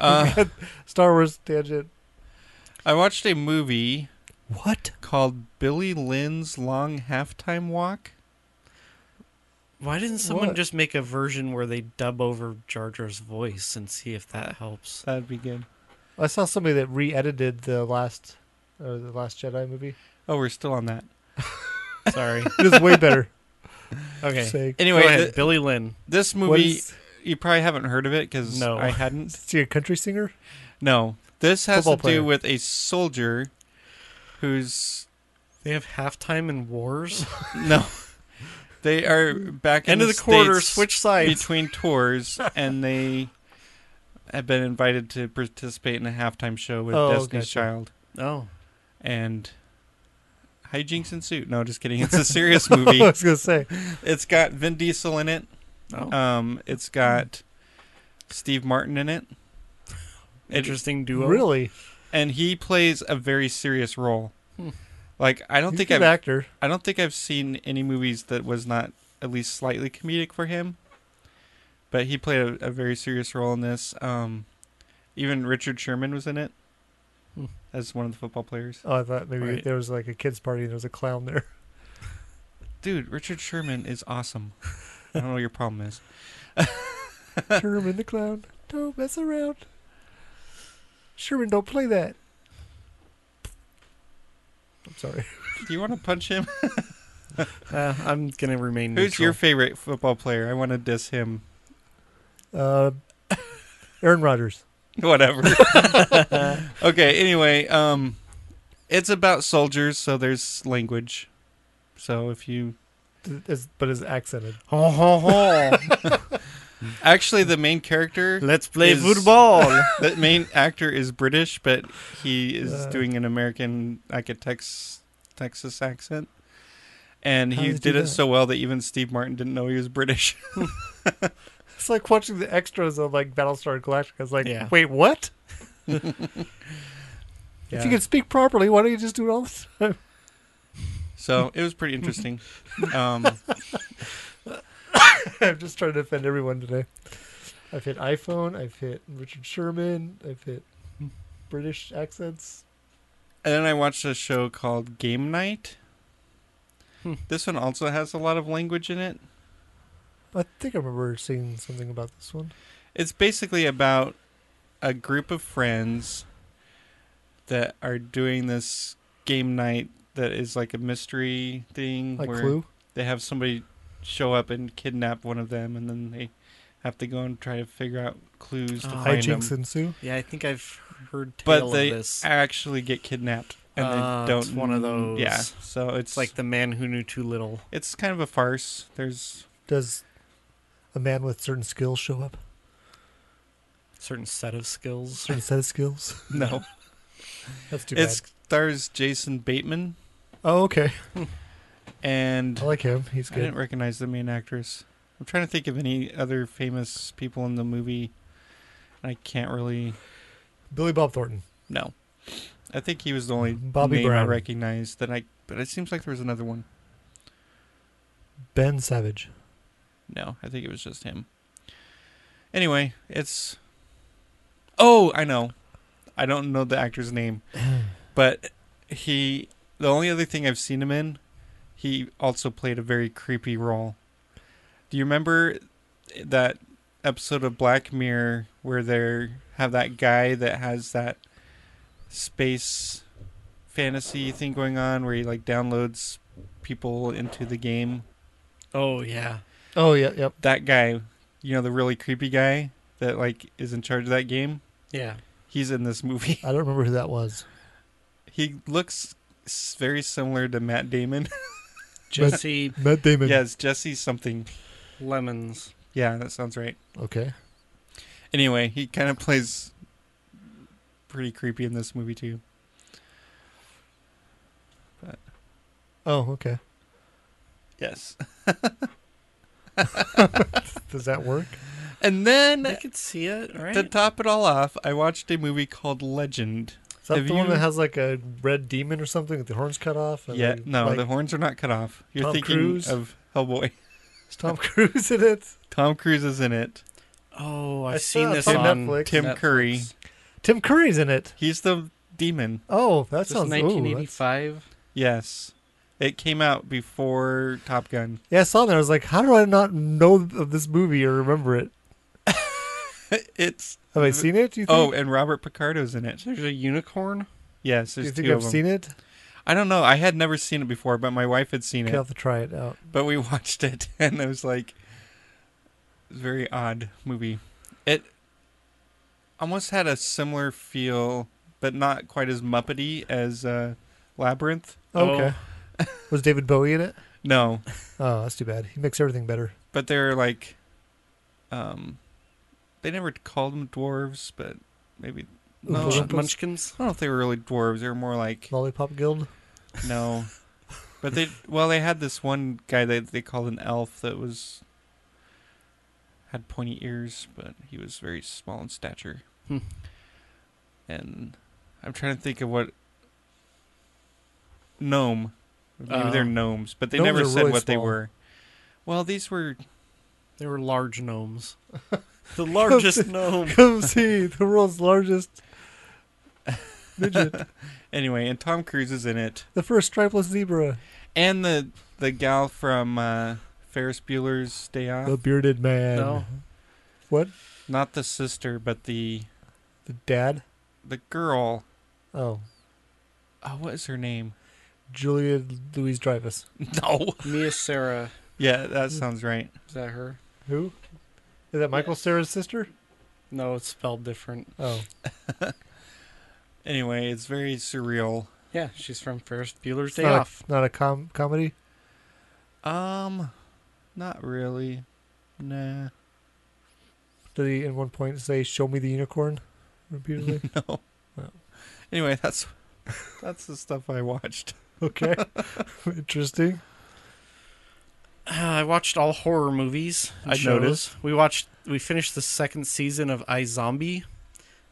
Uh,
Star Wars tangent.
I watched a movie
What?
called Billy Lynn's Long Halftime Walk.
Why didn't someone
What?
just make a version where they dub over Jar Jar's voice and see if that helps?
That'd be good.
I saw somebody that re-edited the last, uh, the last Jedi movie.
Oh, we're still on that.
(laughs) Sorry.
It is
(laughs)
way better.
Okay.
Say,
Anyway,
Go ahead,
th-
Billy Lynn.
this
what
movie
is,
you probably haven't heard of it because
No.
I hadn't.
is he a country singer?
No, this has
Football
to
player.
do with a soldier who's
They have halftime in (laughs) wars.
no. (laughs) They are back in
End of the quarter,
States
switch sides.
between tours, and they have been invited to participate in a halftime show with
Oh,
Destiny's
gotcha.
Child,
Oh, and
hijinks ensue. No, just kidding. It's a serious
(laughs)
(laughs)
movie.
I was gonna say
It's got Vin Diesel in it.
oh.
Um, it's got Steve Martin in it. It,
interesting duo.
really.
and he plays a very serious role.
Hmm.
Like I don't
He's
think
a
I've
good actor.
I don't think I've seen any movies that was not at least slightly comedic for him. But he played a, a very serious role in this. Um, even Richard Sherman was in it
Hmm.
as one of the football players.
Oh, I thought maybe
Right.
there was like a kids party and there was a clown there.
(laughs)
Dude, Richard Sherman is awesome. I don't know what your problem is.
Sherman the clown, don't mess around. Sherman, don't play that. I'm sorry.
Do you want to punch
(laughs)
him?
Uh, I'm gonna remain neutral.
Who's your favorite football player? I want to diss him.
Uh, Aaron Rodgers.
(laughs)
(laughs)
Whatever. okay, anyway, um it's about soldiers, so there's language. So if you
It's, but it's accented.
Ho
(laughs)
ho ho!
actually the main character
Let's play
Is-
football.
(laughs)
the main actor is British, but he is
Uh.
doing an American, like a Tex, Texas accent. And
How
he
did
did,
he do
it
that?
so well that even Steve Martin didn't know he was British. (laughs)
It's like watching the extras of like Battlestar Galactica. It's like,
(laughs) Yeah.
wait,
(laughs)
what?
Yeah.
If you could speak properly, why don't you just do it all (laughs) the time?
So it was pretty
(laughs)
interesting. Um,
I'm just trying to offend everyone today. I've hit iPhone. I've hit Richard Sherman. I've hit
Hmm.
British accents.
and then I watched a show called Game Night.
Hmm.
This one also has a lot of language in it.
I think I remember seeing something about this one.
It's basically about a group of friends that are doing this game night that is like a mystery thing.
Like
where-
Clue.
they have somebody show up and kidnap one of them, and then they have to go and try to figure out clues to
Oh.
find them.
Hijinks ensue.
yeah, I think I've heard
But
tale
they
of this.
Actually, get kidnapped, and
Ah,
they don't.
it's one of those.
Yeah, so it's
It's like
like
the man who knew too little.
it's kind of a farce.
(laughs)
There's
Does a man with certain skills
(laughs)
show up?
Certain set of skills.
Certain set of skills.
(laughs) no.
That's too
It
bad.
stars Jason Bateman,
Oh, okay.
and
Oh,
I like him. He's
I didn't
good.
recognize the main actress. I'm trying to think of any other famous people in the movie. I can't really.
Billy Bob Thornton.
No, I think he was the only
Bobby
name
Brown.
I recognized. That I, but it seems like there was another one.
Ben Savage.
No, I think it was just him. Anyway, it's. Oh, I know. I don't know the actor's name, but he. The only other thing I've seen him in, he also played a very creepy role. Do you remember that episode of Black Mirror where they have that guy that has that space fantasy thing going on where he like downloads people into the game?
Oh yeah.
Oh yeah. Yep.
that guy, you know, the really creepy guy that like is in charge of that game,
Yeah.
he's in this movie. (laughs)
I don't remember who that was.
He looks s- very similar to Matt Damon. (laughs)
Jesse
Matt Damon.
yes, Jesse something.
Lemons.
Yeah, that sounds right.
Okay.
Anyway, he kind of plays pretty creepy in this movie too.
Oh, okay.
Yes.
Does that work?
(laughs) And then
I could see it, right?
to top it all off, I watched a movie called Legend.
Is that
Have
the one
you-
that has like a red demon or something with the horns cut off? and
yeah,
they-
no,
like,
the horns are not cut off. You're
Tom
thinking
Cruise?
of Hellboy. (laughs)
is Tom (laughs) Cruise in it.
Tom Cruise is in it.
oh, I've
I saw
seen
it
this
on
on
Netflix.
Tim
Netflix.
Curry.
Tim Curry's in it.
He's the demon.
Oh, that
This
sounds. Ooh, that's-
1985.
Yes. It came out before Top
(laughs)
Gun.
yeah, I saw that. I was like, how do I not know of this movie or remember it?
it's
Have I seen it? Do you think?
Oh, and Robert Picardo's in it.
There's a
(laughs)
unicorn.
Yes,
do
there's
you think
two
I've
of them.
seen it?
I don't know. I had never seen it before, but my wife had seen
Okay, I'll
it.
have to try it out.
But we (laughs) watched it and it was like it was a very odd movie. It almost had a similar feel, but not quite as muppety as uh, Labyrinth.
Oh. (laughs)
Okay. Was David Bowie in it?
No,
Oh, that's too bad. He makes everything better.
but they're like um they never called them dwarves, but maybe no,
Oompa
I
Munch-
Loompas?
Munchkins.
don't know if they were really dwarves. They were more like
Lollipop Guild. (laughs)
no, but they well they had this one guy that they called an elf that was had pointy ears, but he was very small in stature.
Hmm.
And I'm trying to think of what gnome. Maybe
Uh,
they're gnomes, but they
gnomes
never
are
said
really
what they
small.
were. Well, these were (laughs)
They were
(laughs)
large gnomes. the largest gnome.
Come see the world's
(laughs)
largest midget.
anyway, and Tom Cruise is in it.
The first stripeless zebra.
And the the gal from uh, Ferris Bueller's Day Off,
The bearded man.
No.
What?
not the sister, but the
The dad?
the girl.
Oh,
Oh, what is her name?
Julia Louise Dreyfus.
No.
Mia Sarah.
Yeah, that sounds right.
Is that her?
Who? Is that Michael Sarah's sister?
No, it's spelled different.
Oh,
Anyway, it's very surreal.
Yeah, she's from Ferris Bueller's
it's
Day
not
Off.
a, not a com- comedy.
Um, not really. Nah. (laughs)
Did he at one point say "Show me the unicorn" repeatedly?
(laughs)
No.
No.
Anyway, that's that's the stuff I watched.
okay, (laughs) interesting.
Uh, I watched all horror movies. and
I
shows.
noticed.
We watched. We finished the second season of I Zombie.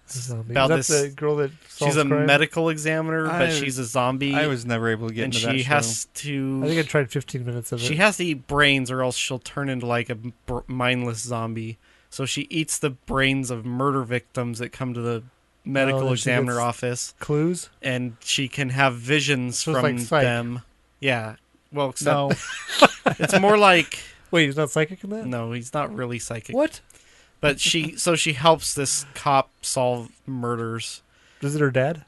Zombie.
About
Is that
this-
the girl that solves
She's a
crime?
medical examiner, but
I-
she's a zombie,
I was never able to get
and
into
she
that show.
has
I
to.
think I tried 15 minutes of it.
She has to eat brains, or else she'll turn into like a br- mindless zombie. So she eats the brains of murder victims that come to the medical
then she
examiner
gets-
office.
clues.
and she can have visions
So it's
from
like Psych.
them. Yeah. Well, except
No,
(laughs) it's more like
Wait, he's not psychic in that.
no, he's not really psychic.
What?
But she so she helps this cop solve murders.
Is it her dad?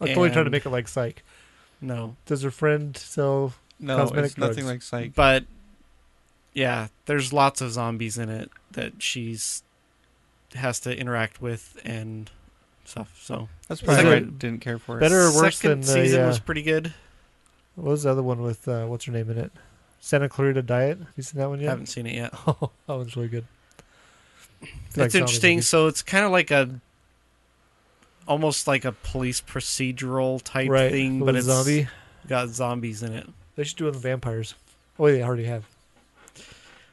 I'm totally trying to
And-
make it like psych.
No.
Does her friend sell?
no,
Cosmetic
it's nothing
drugs.
like psych.
But yeah, there's lots of zombies in it that she's has to interact with and stuff. So
That's
Is
probably why I
it
didn't care for it.
better or worse than
second
the?
season
uh,
was pretty good.
What was the other one with uh, what's her name in it? Santa Clarita Diet. Have you seen that one yet?
Haven't seen it yet.
(laughs) Oh, that one's really good.
It's interesting. So it's kind of like a, almost like a police procedural type
right,
thing,
with
but
a
it's
zombie.
got zombies in it.
They should do it with vampires. Oh, wait, they already have.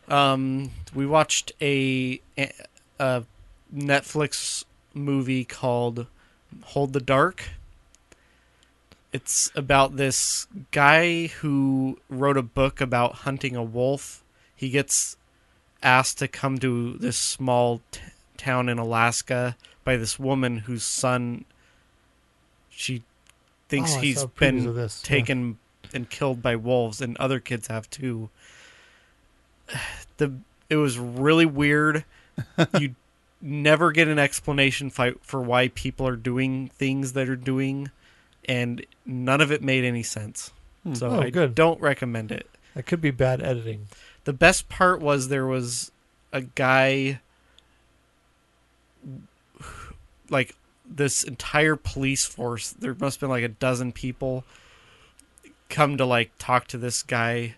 Um, we watched a, a Netflix movie called Hold the Dark. It's about this guy who wrote a book about hunting a wolf. He gets asked to come to this small t- town in Alaska by this woman whose son she thinks
Oh, I
he's
saw previews
been
of this.
taken and killed by wolves, and other kids have too. (sighs) The it was really weird. you never get an explanation fi- for why people are doing things that are doing, and none of it made any sense.
Hmm.
So
Oh,
I
good.
don't recommend it.
Yeah. That could be bad editing.
The best part was there was a guy like this entire police force, there must have been like a dozen people come to like talk to this guy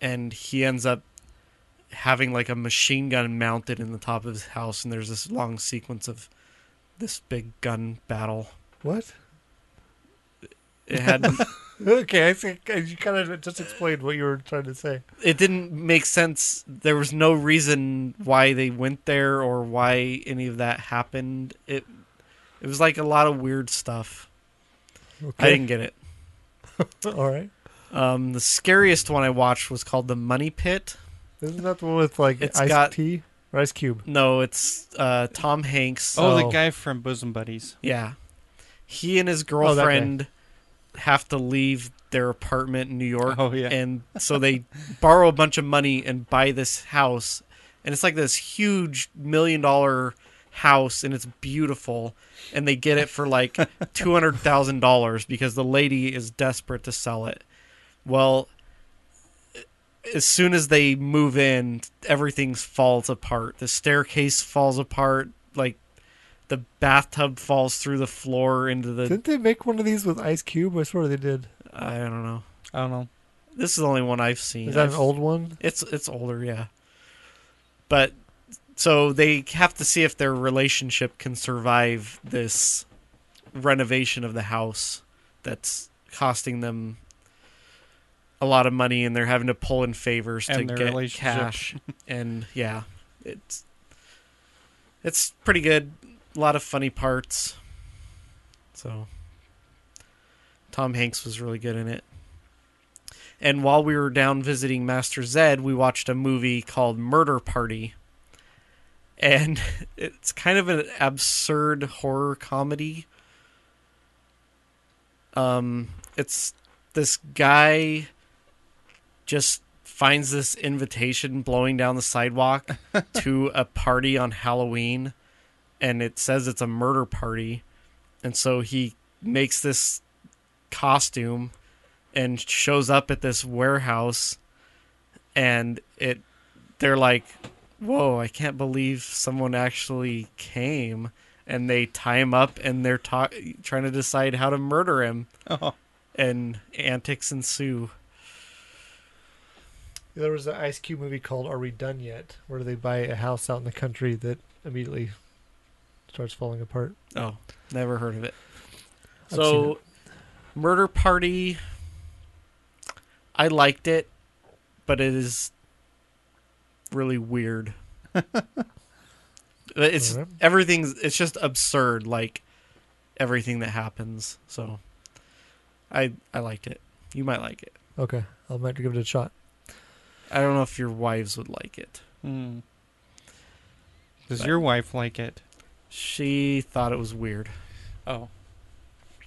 and he ends up having like a machine gun mounted in the top of his house and there's this long sequence of this big gun battle.
What?
It had
Okay, I think uh, you kind of just explained what you were trying to say.
it didn't make sense. There was no reason why they went there or why any of that happened. It it was like a lot of weird stuff. I
Okay,
didn't get it.
all right.
Um, the scariest one I watched was called The Money Pit.
Isn't that the one with like
It's
Ice
got-
Tea or Ice Cube?
No, it's uh, Tom Hanks.
oh, the
so-
guy from Bosom Buddies.
Yeah. He and his
Oh,
guy.
girlfriend have to leave their apartment in New York
Oh yeah.
and so they (laughs) borrow a bunch of money and buy this house and it's like this huge million dollar house and it's beautiful and they get it
(laughs)
for like $200,000 because the lady is desperate to sell it. Well, as soon as they move in, everything falls apart. The staircase falls apart, like the bathtub falls through the floor into the
Didn't they make one of these with Ice Cube? I swear they did.
I don't know.
I don't know.
This is the only one I've seen.
Is that an
I've-
old one?
It's it's older, yeah. But so they have to see if their relationship can survive this renovation of the house that's costing them a lot of money and they're having to pull in favors
And
to
their
get
relationship.
cash.
(laughs)
and yeah, it's it's pretty good. A lot of funny parts. So Tom Hanks was really good in it. And while we were down visiting Master Zed, we watched a movie called Murder Party. And (laughs) it's kind of an absurd horror comedy. Um, it's this guy just finds this invitation blowing down the sidewalk to a party on Halloween, and it says it's a murder party. And so he makes this costume and shows up at this warehouse and it they're like whoa, I can't believe someone actually came. And they tie him up and they're ta- trying to decide how to murder him.
Oh,
And antics ensue.
There was an Ice Cube movie called "Are We Done Yet," where they buy a house out in the country that immediately starts falling apart.
Oh, never heard of it.
I've seen
So, Murder Party, I liked it, but it is
(laughs)
really weird. it's
Alright.
everything's it's just absurd, like everything that happens. So, I I liked it. You might like it.
Okay, I might give it a shot.
I don't know if your wives would like it.
(laughs) Hmm. Does
But-
your wife like it?
She thought it was weird.
Oh,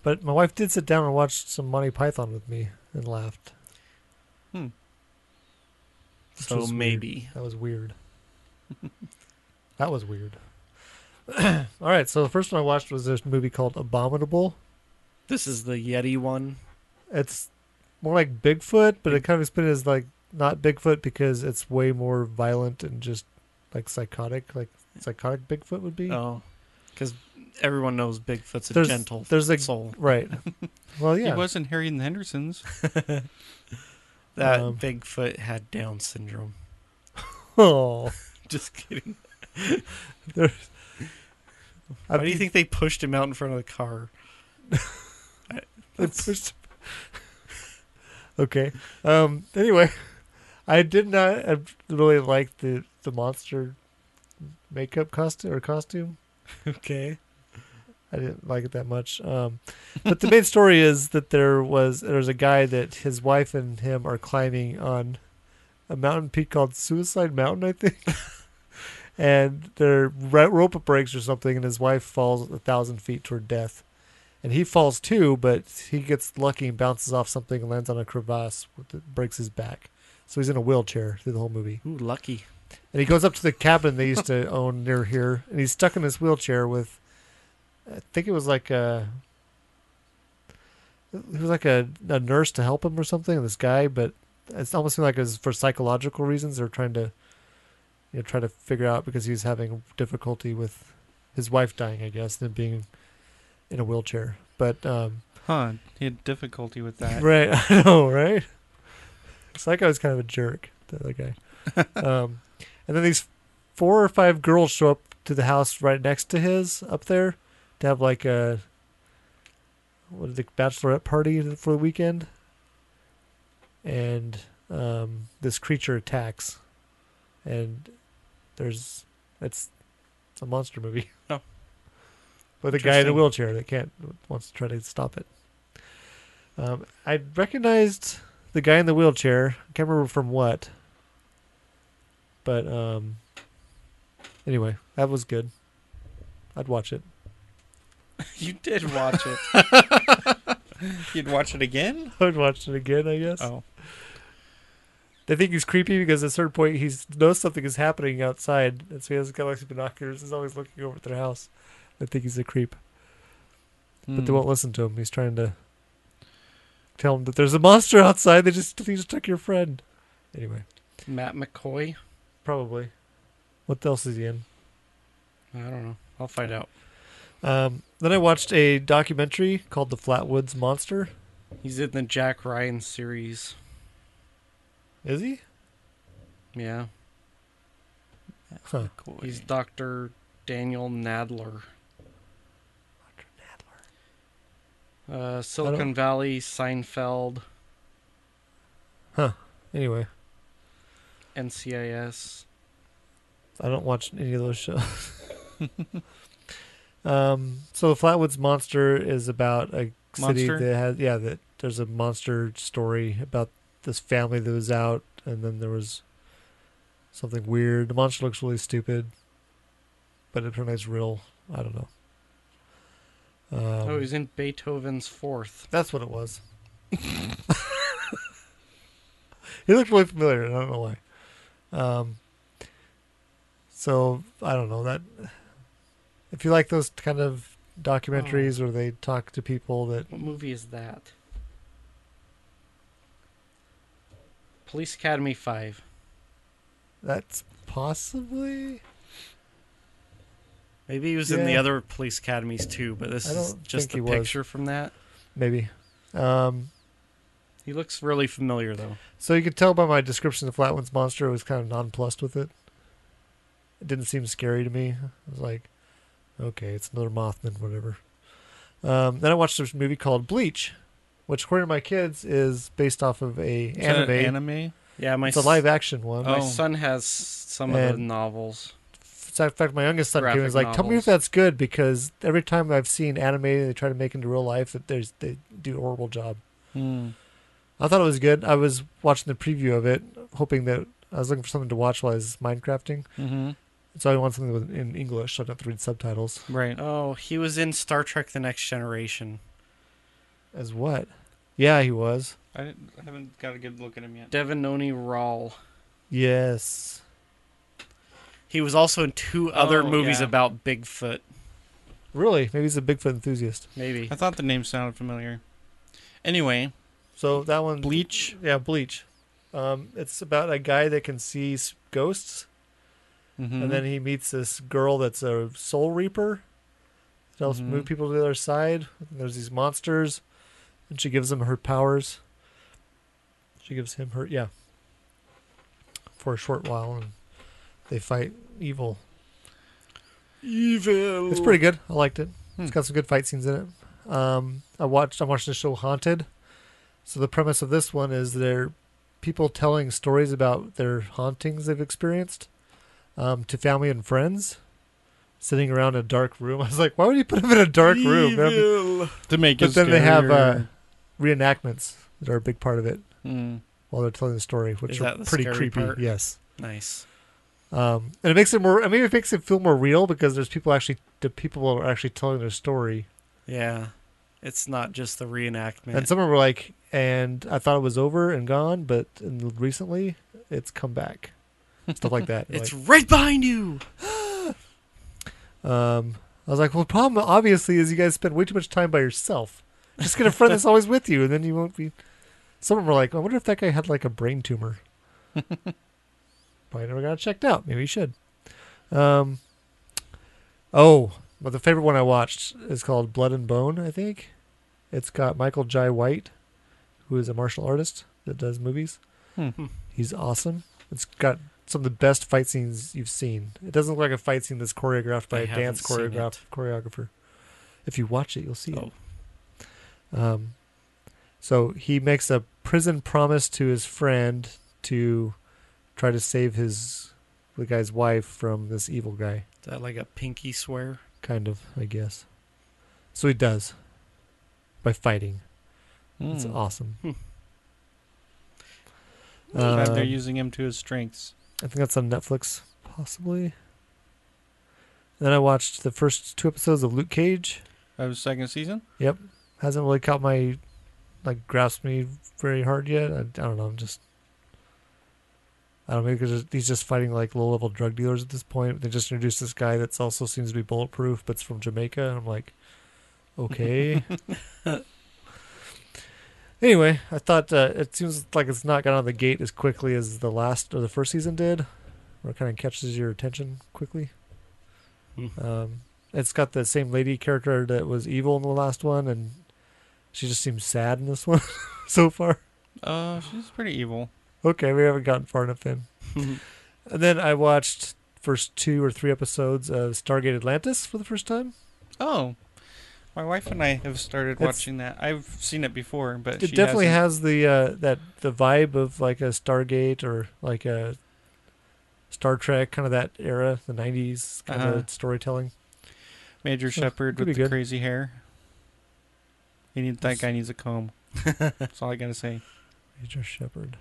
But my wife did sit down and watch some Monty Python with me and laughed.
Hmm.
Which
So
was weird.
maybe.
That was
(laughs)
weird. that was weird. (clears throat) All right, so the first one I watched was this movie called Abominable.
This is the Yeti one.
It's more like Bigfoot, but it kind of explained as like not Bigfoot because it's way more violent and just like psychotic, like psychotic Bigfoot would be.
Oh, because everyone knows Bigfoot's a
There's-
gentle
there's a
soul.
right. Well, yeah.
he wasn't Harry and the Hendersons.
That
Um,
Bigfoot had Down syndrome.
(laughs)
(laughs)
Oh,
Just (laughs) kidding.
I
Why do you think they pushed him out in front of the car?
They pushed- (laughs) okay. Um. Anyway, (laughs) I did not uh, really like the the monster makeup costume or costume.
Okay.
I didn't like it that much. Um, but the main story is that there was there's a guy that his wife and him are climbing on a mountain peak called Suicide Mountain, I think. (laughs) and their ro- rope breaks or something, and his wife falls a thousand feet toward death. And he falls too, but he gets lucky and bounces off something and lands on a crevasse that breaks his back. So he's in a wheelchair through the whole movie.
Ooh, lucky.
And he goes up to the cabin they used to (laughs) own near here, and he's stuck in this wheelchair with, I think it was like a, it was like a, a nurse to help him or something. This guy, but it's almost seemed like it was for psychological reasons. They're trying to, you know, try to figure out because he's having difficulty with his wife dying, I guess, and being in a wheelchair. But um,
Huh? He had difficulty with that.
Right, (laughs) I know, right? Psycho is kind of a jerk, the other guy. um, and then these four or five girls show up to the house right next to his up there to have like a what is it, bachelorette party for the weekend. And um, this creature attacks, and there's it's a monster movie. (laughs)
Oh.
With a guy in a
Interesting.
wheelchair that can't wants to try to stop it. Um, I recognized the guy in the wheelchair. I can't remember from what. But um, anyway, that was good. I'd watch it. (laughs)
You did watch it. (laughs) You'd watch it again?
I would watch it again, I guess.
Oh.
They think he's creepy because at a certain point he knows something is happening outside, and so he has galaxy binoculars. He's always looking over at their house. They think he's a creep, but
Hmm.
they won't listen to him. He's trying to tell them that there's a monster outside. They just he just took your friend. Anyway,
Matt McCoy.
probably. What else is he in?
I don't know. I'll find out.
Um, then I watched a documentary called The Flatwoods Monster.
He's in the Jack Ryan series.
Is he?
Yeah.
Huh.
Cool.
He's Dr. Daniel Nadler. Uh, Silicon Valley, Seinfeld,
Anyway,
NCIS.
I don't watch any of those shows. (laughs) um, so The Flatwoods Monster is about a city
Monster?
that has yeah that there's a monster story about this family that was out and then there was something weird. The monster looks really stupid, but it turns real. I don't know. Um,
oh, he's in Beethoven's Fourth.
That's what it was. he looked really familiar. and I don't know why. Um, so I don't know that. If you like those kind of documentaries where they talk to people that
What movie is that? Police Academy 5.
that's Possibly.
Maybe he was in the
Yeah.
other police academies too, but this
I
is
don't
just the
think he was.
picture from that.
Maybe. Um,
He looks really familiar though.
so you could tell by my description of Flatwoods Monster, I was kind of nonplussed with it. It didn't seem scary to me. I was like, okay, it's another Mothman, whatever. Um, then I watched this movie called Bleach, which, according to my kids, is based off of a
Is that
anime.
an anime?
Yeah, my
It's a
s-
live action one.
My
Oh.
son has some of the
And-
novels.
In fact, my youngest son came and was like,
Graphic
"Tell me if
novels.
that's good," because every time I've seen anime they try to make into real life, that there's they do a horrible job.
Hmm.
I thought it was good. I was watching the preview of it, hoping that I was looking for something to watch while I was Minecrafting.
hmm
So I wanted something with, in English, so I don't have to read subtitles.
Right.
Oh, he was in Star Trek: The Next Generation.
As what? Yeah, he was.
I, didn't- I haven't got a good look at him yet.
Devononi Rawl.
Yes.
He was also in two other
Oh,
movies
yeah.
about Bigfoot.
Really? Maybe he's a Bigfoot enthusiast.
Maybe
I thought the name sounded familiar. Anyway,
So that one,
Bleach.
yeah, Bleach. Um, it's about a guy that can see s- ghosts.
Mm-hmm.
and then he meets this girl that's a soul reaper that helps
Mhm.
move people to the other side and there's these monsters and she gives him her powers she gives him her yeah for a short while and they fight evil
evil.
it's pretty good i liked it it's
Hmm.
got some good fight scenes in it um, i watched i'm watching the show haunted so the premise of this one is they're people telling stories about their hauntings they've experienced um, to family and friends sitting around a dark room. (laughs) I was like, why would you put them in a dark room? They're
to make
But
it
then they have, uh,
scarier.
Reenactments that are a big part of it
Mm.
while they're telling the story, which
Is
are
that the
pretty
scary
creepy.
part?
Yes.
nice.
Um, and it makes it more, I mean, it makes it feel more real because there's people actually, the people are actually telling their story.
Yeah, it's not just the reenactment.
And some of them were like, and I thought it was over and gone, but in, recently it's come back. Stuff like that.
it's
Like,
right behind you.
um, I was like, well, the problem obviously is you guys spend way too much time by yourself. Just get a friend that's always with you, and then you won't be. Some of them were like, I wonder if that guy had like a brain tumor. Probably never got it checked out. Maybe he should. Um, oh, but the favorite one I watched is called Blood and Bone, I think. It's got Michael Jai White, who is a martial artist that does movies.
Hmm.
He's awesome. It's got some of the best fight scenes you've seen. It doesn't look like a fight scene that's choreographed by
I
a dance
haven't seen
choreograph choreographer. If you watch it, you'll see
Oh.
it. Um, so he makes a prison promise to his friend to try to save his the guy's wife from this evil guy.
Is that like a pinky swear?
Kind of, I guess. So he does by fighting. It's
Mm.
awesome.
Hmm.
Glad they're
Um,
using him to his strengths.
I think that's on Netflix, possibly. And then I watched the first two episodes of Luke Cage.
Of second season.
Hasn't really caught my, like, grasped me very hard yet. I, I don't know. I'm just. I don't know. Maybe 'cause he's just fighting, like, low level drug dealers at this point. They just introduced this guy that's also seems to be bulletproof, but's from Jamaica. And I'm like, okay. anyway, I thought uh, it seems like it's not got out of the gate as quickly as the last or the first season did where it kind of catches your attention quickly.
Hmm.
Um, it's got the same lady character that was evil in the last one, and she just seems sad in this (laughs) one so far.
Uh, she's pretty evil.
Okay, we haven't gotten far enough in.
Mm-hmm.
And then I watched first two or three episodes of Stargate Atlantis for the first time.
Oh, my wife and I have started
It's-
watching that. I've seen it before, but
it
she
definitely
hasn't.
has the uh, that the vibe of like a Stargate or like a Star Trek, kind of that era, the '90s kind
Uh-huh.
of storytelling.
Major
So,
Shepherd
could
with
be
the
oh, good.
crazy hair. He needs that guy needs a
(laughs)
comb. That's all I gotta say.
Major Shepard.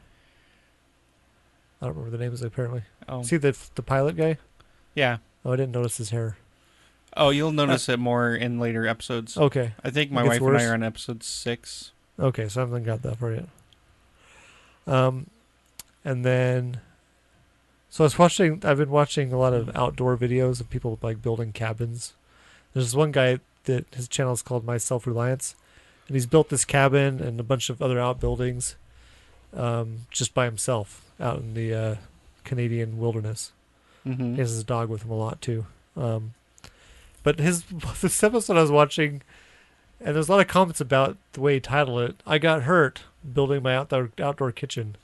I don't remember the names apparently.
Oh,
See the the pilot guy?
yeah.
Oh, I didn't notice his hair.
Oh, you'll notice it more in later episodes.
Okay,
I think my
uh, oh, It gets
wife and I
worse.
are on episode six.
okay, so I haven't got that for yet. Um, and then, so I was watching. I've been watching a lot of outdoor videos of people like building cabins. There's this one guy that his channel is called My Self Reliance, and he's built this cabin and a bunch of other outbuildings, um, just by himself out in the uh, Canadian wilderness.
Mm-hmm.
He has his dog with him a lot too. Um, but his (laughs) this episode I was watching, and there's a lot of comments about the way he titled it. I got hurt building my outdoor outdoor kitchen,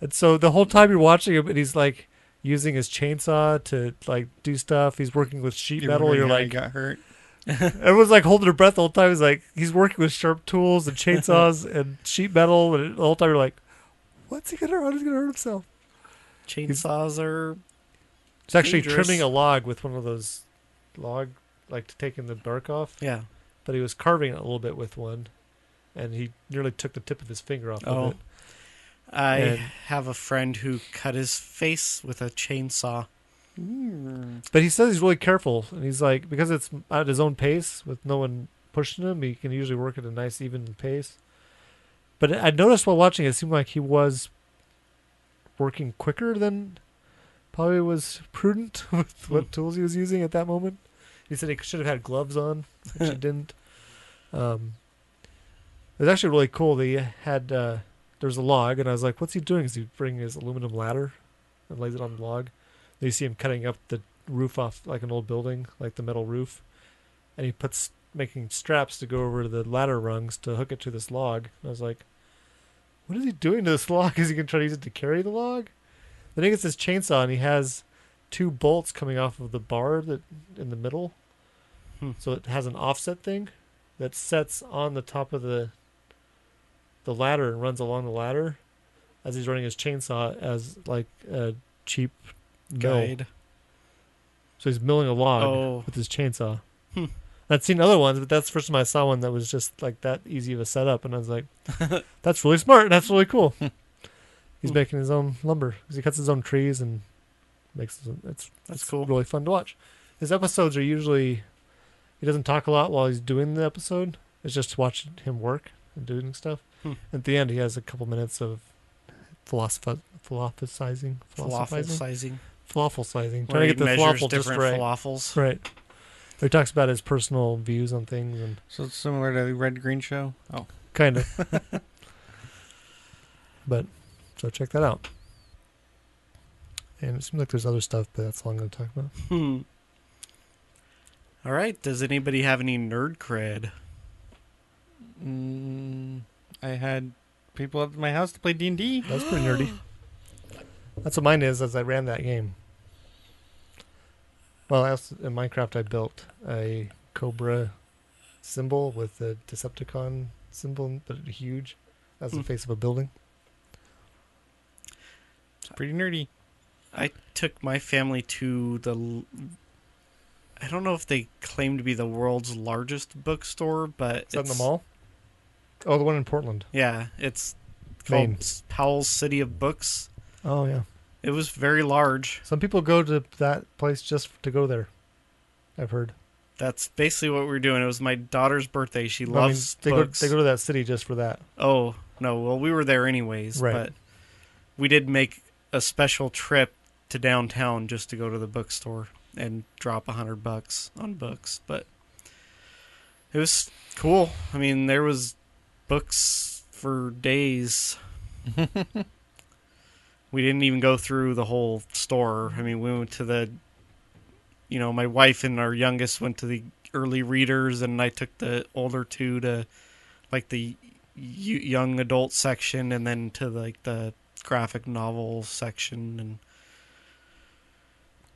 and so the whole time you're watching him, and he's like using his chainsaw to like do stuff. He's working with sheet
You
metal.
remember
You're
how he
like
got hurt.
(laughs) everyone's like holding their breath the whole time. He's like he's working with sharp tools (laughs) and chainsaws and sheet metal, and the whole time you're like, what's he gonna hurt? He's gonna hurt himself.
Chainsaws are
It's actually
Dangerous.
trimming a log with one of those log, like to taking the bark off.
yeah.
But he was carving it a little bit with one, and he nearly took the tip of his finger off
Oh.
of it.
I
And-
have a friend who cut his face with a chainsaw.
But he says he's really careful, and he's like because it's at his own pace with no one pushing him, he can usually work at a nice even pace. But I noticed while watching, it seemed like he was working quicker than probably was prudent (laughs) with what tools he was using at that moment. He said he should have had gloves on, which he didn't. Um, it was actually really cool. They had uh, there's a log, and I was like, "What's he doing? Is he bringing his aluminum ladder and lays it on the log?" Then you see him cutting up the roof off like an old building, like the metal roof, and he puts making straps to go over the ladder rungs to hook it to this log. And I was like, "What is he doing to this (laughs) log? Is he gonna try to use it to carry the log?" Then he gets his chainsaw, and he has two bolts coming off of the bar that in the middle,
Hmm.
so it has an offset thing that sets on the top of the the ladder and runs along the ladder as he's running his chainsaw as like a cheap mill.
Guide.
So he's milling a log
Oh.
with his chainsaw.
Hmm.
I'd seen other ones, but that's the first time I saw one that was just like that easy of a setup, and I was
(laughs)
like, "That's really smart. That's really cool." he's
Hmm.
making his own lumber 'cause he cuts his own trees and makes. His own, it's
That's
it's
cool.
Really fun to watch. His episodes are usually he doesn't talk a lot while he's doing the episode. It's just watching him work and doing stuff.
Hmm.
At the end, he has a couple minutes of philosophi- philosophizing,
Falafel
philosophizing,
sizing.
philosophizing,
Where
trying to
he
get the
measures
falafel just
different
right.
falafels.
Right. He talks about his personal views on things and
So it's similar to the Red Green Show. Oh,
kind of. but so check that out. And it seems like there's other stuff, but that's all I'm going to talk about.
(laughs) Hmm. All right. Does anybody have any nerd cred?
mm, I had people at my house to play D and D.
That's pretty nerdy. That's what mine is. As I ran that game. Well, I also, in Minecraft, I built a Cobra symbol with a Decepticon symbol, but huge, as the
Hmm.
face of a building.
It's pretty nerdy.
I took my family to the. l- I don't know if they claim to be the world's largest bookstore, but
Is that in the
it's-
mall? Oh, the one in Portland.
Yeah, it's called
Maine.
Powell's City of Books.
Oh yeah.
It was very large.
Some people go to that place just to go there. I've heard.
That's basically what we were doing. It was my daughter's birthday. She
I mean,
loves
they
books.
go. They go to that city just for that.
Oh no! Well, we were there anyways,
Right.
but we did make a special trip to downtown just to go to the bookstore and drop a hundred bucks on books. But it was cool. I mean, there was books for days. we didn't even go through the whole store. I mean, we went to the, you know, my wife and our youngest went to the early readers, and I took the older two to like the y- young adult section and then to like the graphic novel section and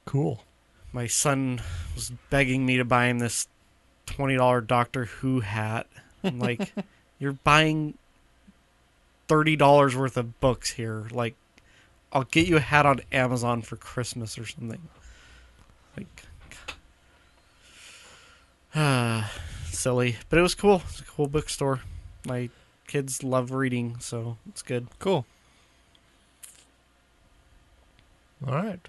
Cool.
my son was begging me to buy him this $20 doctor who hat i'm like you're buying $30 worth of books here like i'll get you a hat on amazon for christmas or something like (sighs) ah silly but it was cool it's a cool bookstore my kids love reading so it's good
Cool.
All right.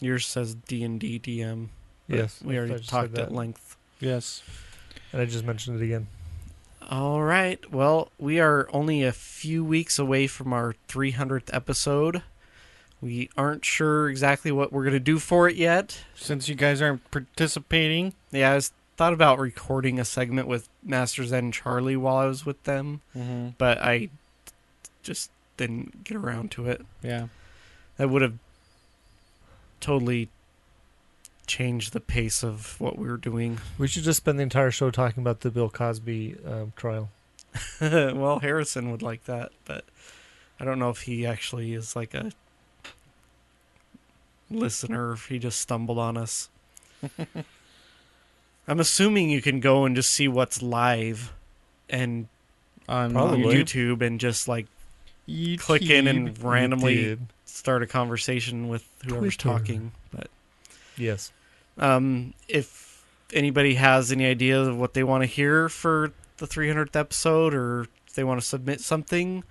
yours says d&d dm but
Yes.
we
I
already
just said
talked
that.
at length
Yes.
and I just mentioned it again.
All right. Well, we are only a few weeks away from our 300th episode. We aren't sure exactly what we're going to do for it yet.
Since you guys aren't participating,
Yeah, I was thought about recording a segment with Master Zen and Charlie while I was with them,
mm-hmm.
but I just didn't get around to it.
yeah,
That would have totally changed the pace of what we were doing.
We should just spend the entire show talking about the Bill Cosby um, trial.
(laughs) well, Harrison would like that, but I don't know if he actually is like a listener, if he just stumbled
(laughs)
on us. I'm assuming you can go and just see what's live and
on
on YouTube and just like
YouTube.
click in and
you
randomly-
did.
start a conversation with whoever's
Twitter.
talking. But
Yes.
um, if anybody has any idea of what they want to hear for the 300th episode or if they want to submit something,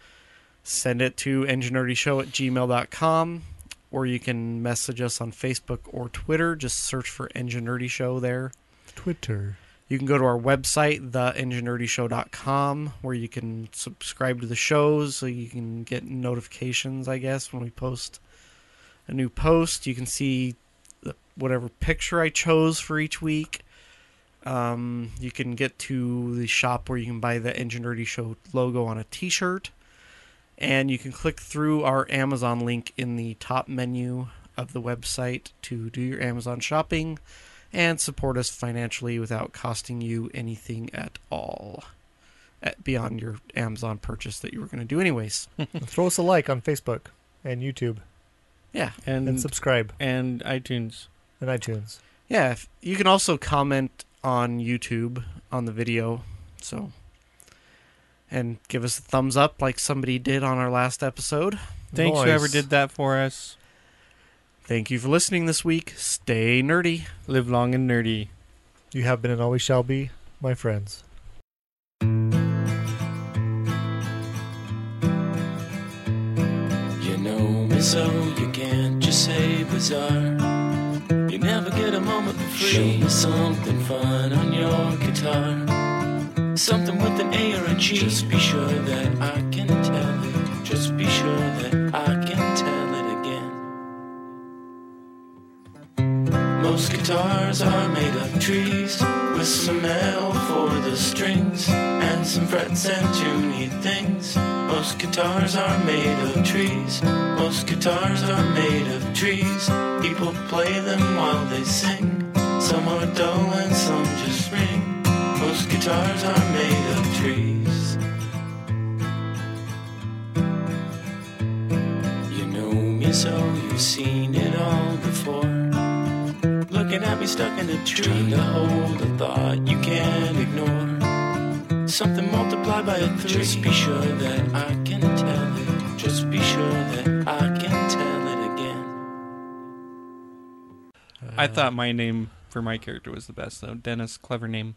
send it to enginerdyshow at gmail.com or you can message us on Facebook or Twitter. Just search for Engine Nerdy Show there.
Twitter.
You can go to our website, theenginerdyshow.com, where you can subscribe to the shows so you can get notifications, I guess, when we post a new post. You can see the, whatever picture I chose for each week. Um, you can get to the shop where you can buy the Engine Nerdy Show logo on a t shirt. And you can click through our Amazon link in the top menu of the website to do your Amazon shopping and support us financially without costing you anything at all at, beyond your Amazon purchase that you were going to do anyways.
Throw us a like on Facebook and YouTube
Yeah.
and
and
and,
subscribe
iTunes.
and iTunes.
Yeah, if, you can also comment on YouTube on the video. So and give us a thumbs up like somebody did on our last episode.
Thanks whoever
Voice.
did that for us.
Thank you for listening this week. Stay nerdy.
Live long and nerdy.
You have been and always shall be, my friends.
You know me so you can't just say bizarre. You never get a moment for free. Show me something fun on your guitar. Something with an A or a G. Just be sure that I can tell it. Just be sure that I can tell it again. Most guitars are made of trees with some L for the strings and some frets and tuney things. Most guitars are made of trees. Most guitars are made of trees. People play them while they sing. Some are dull and some just ring. Most guitars are made of trees. You know me so you've seen it all before. Looking at me stuck in a tree. Trying to hold a thought you can't ignore. Something multiplied by a three. Just be sure that I can tell it. Just be sure that I can tell it again.
Uh.
I thought my name for my character was the best though. Dennis, clever name.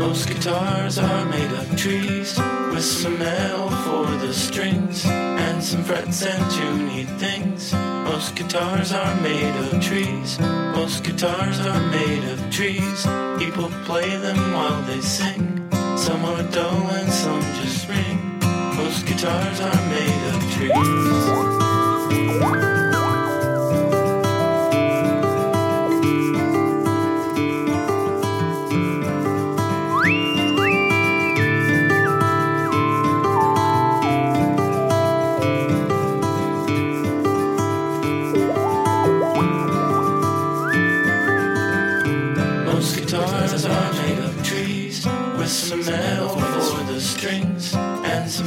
Most guitars are made of trees. With some L for the strings. And some frets and tuney things. Most guitars are made of trees. Most guitars are made of trees. People play them while they sing. Some are dull and some just ring. Most guitars are made of trees. Most guitars are made of trees with some metal for the strings and some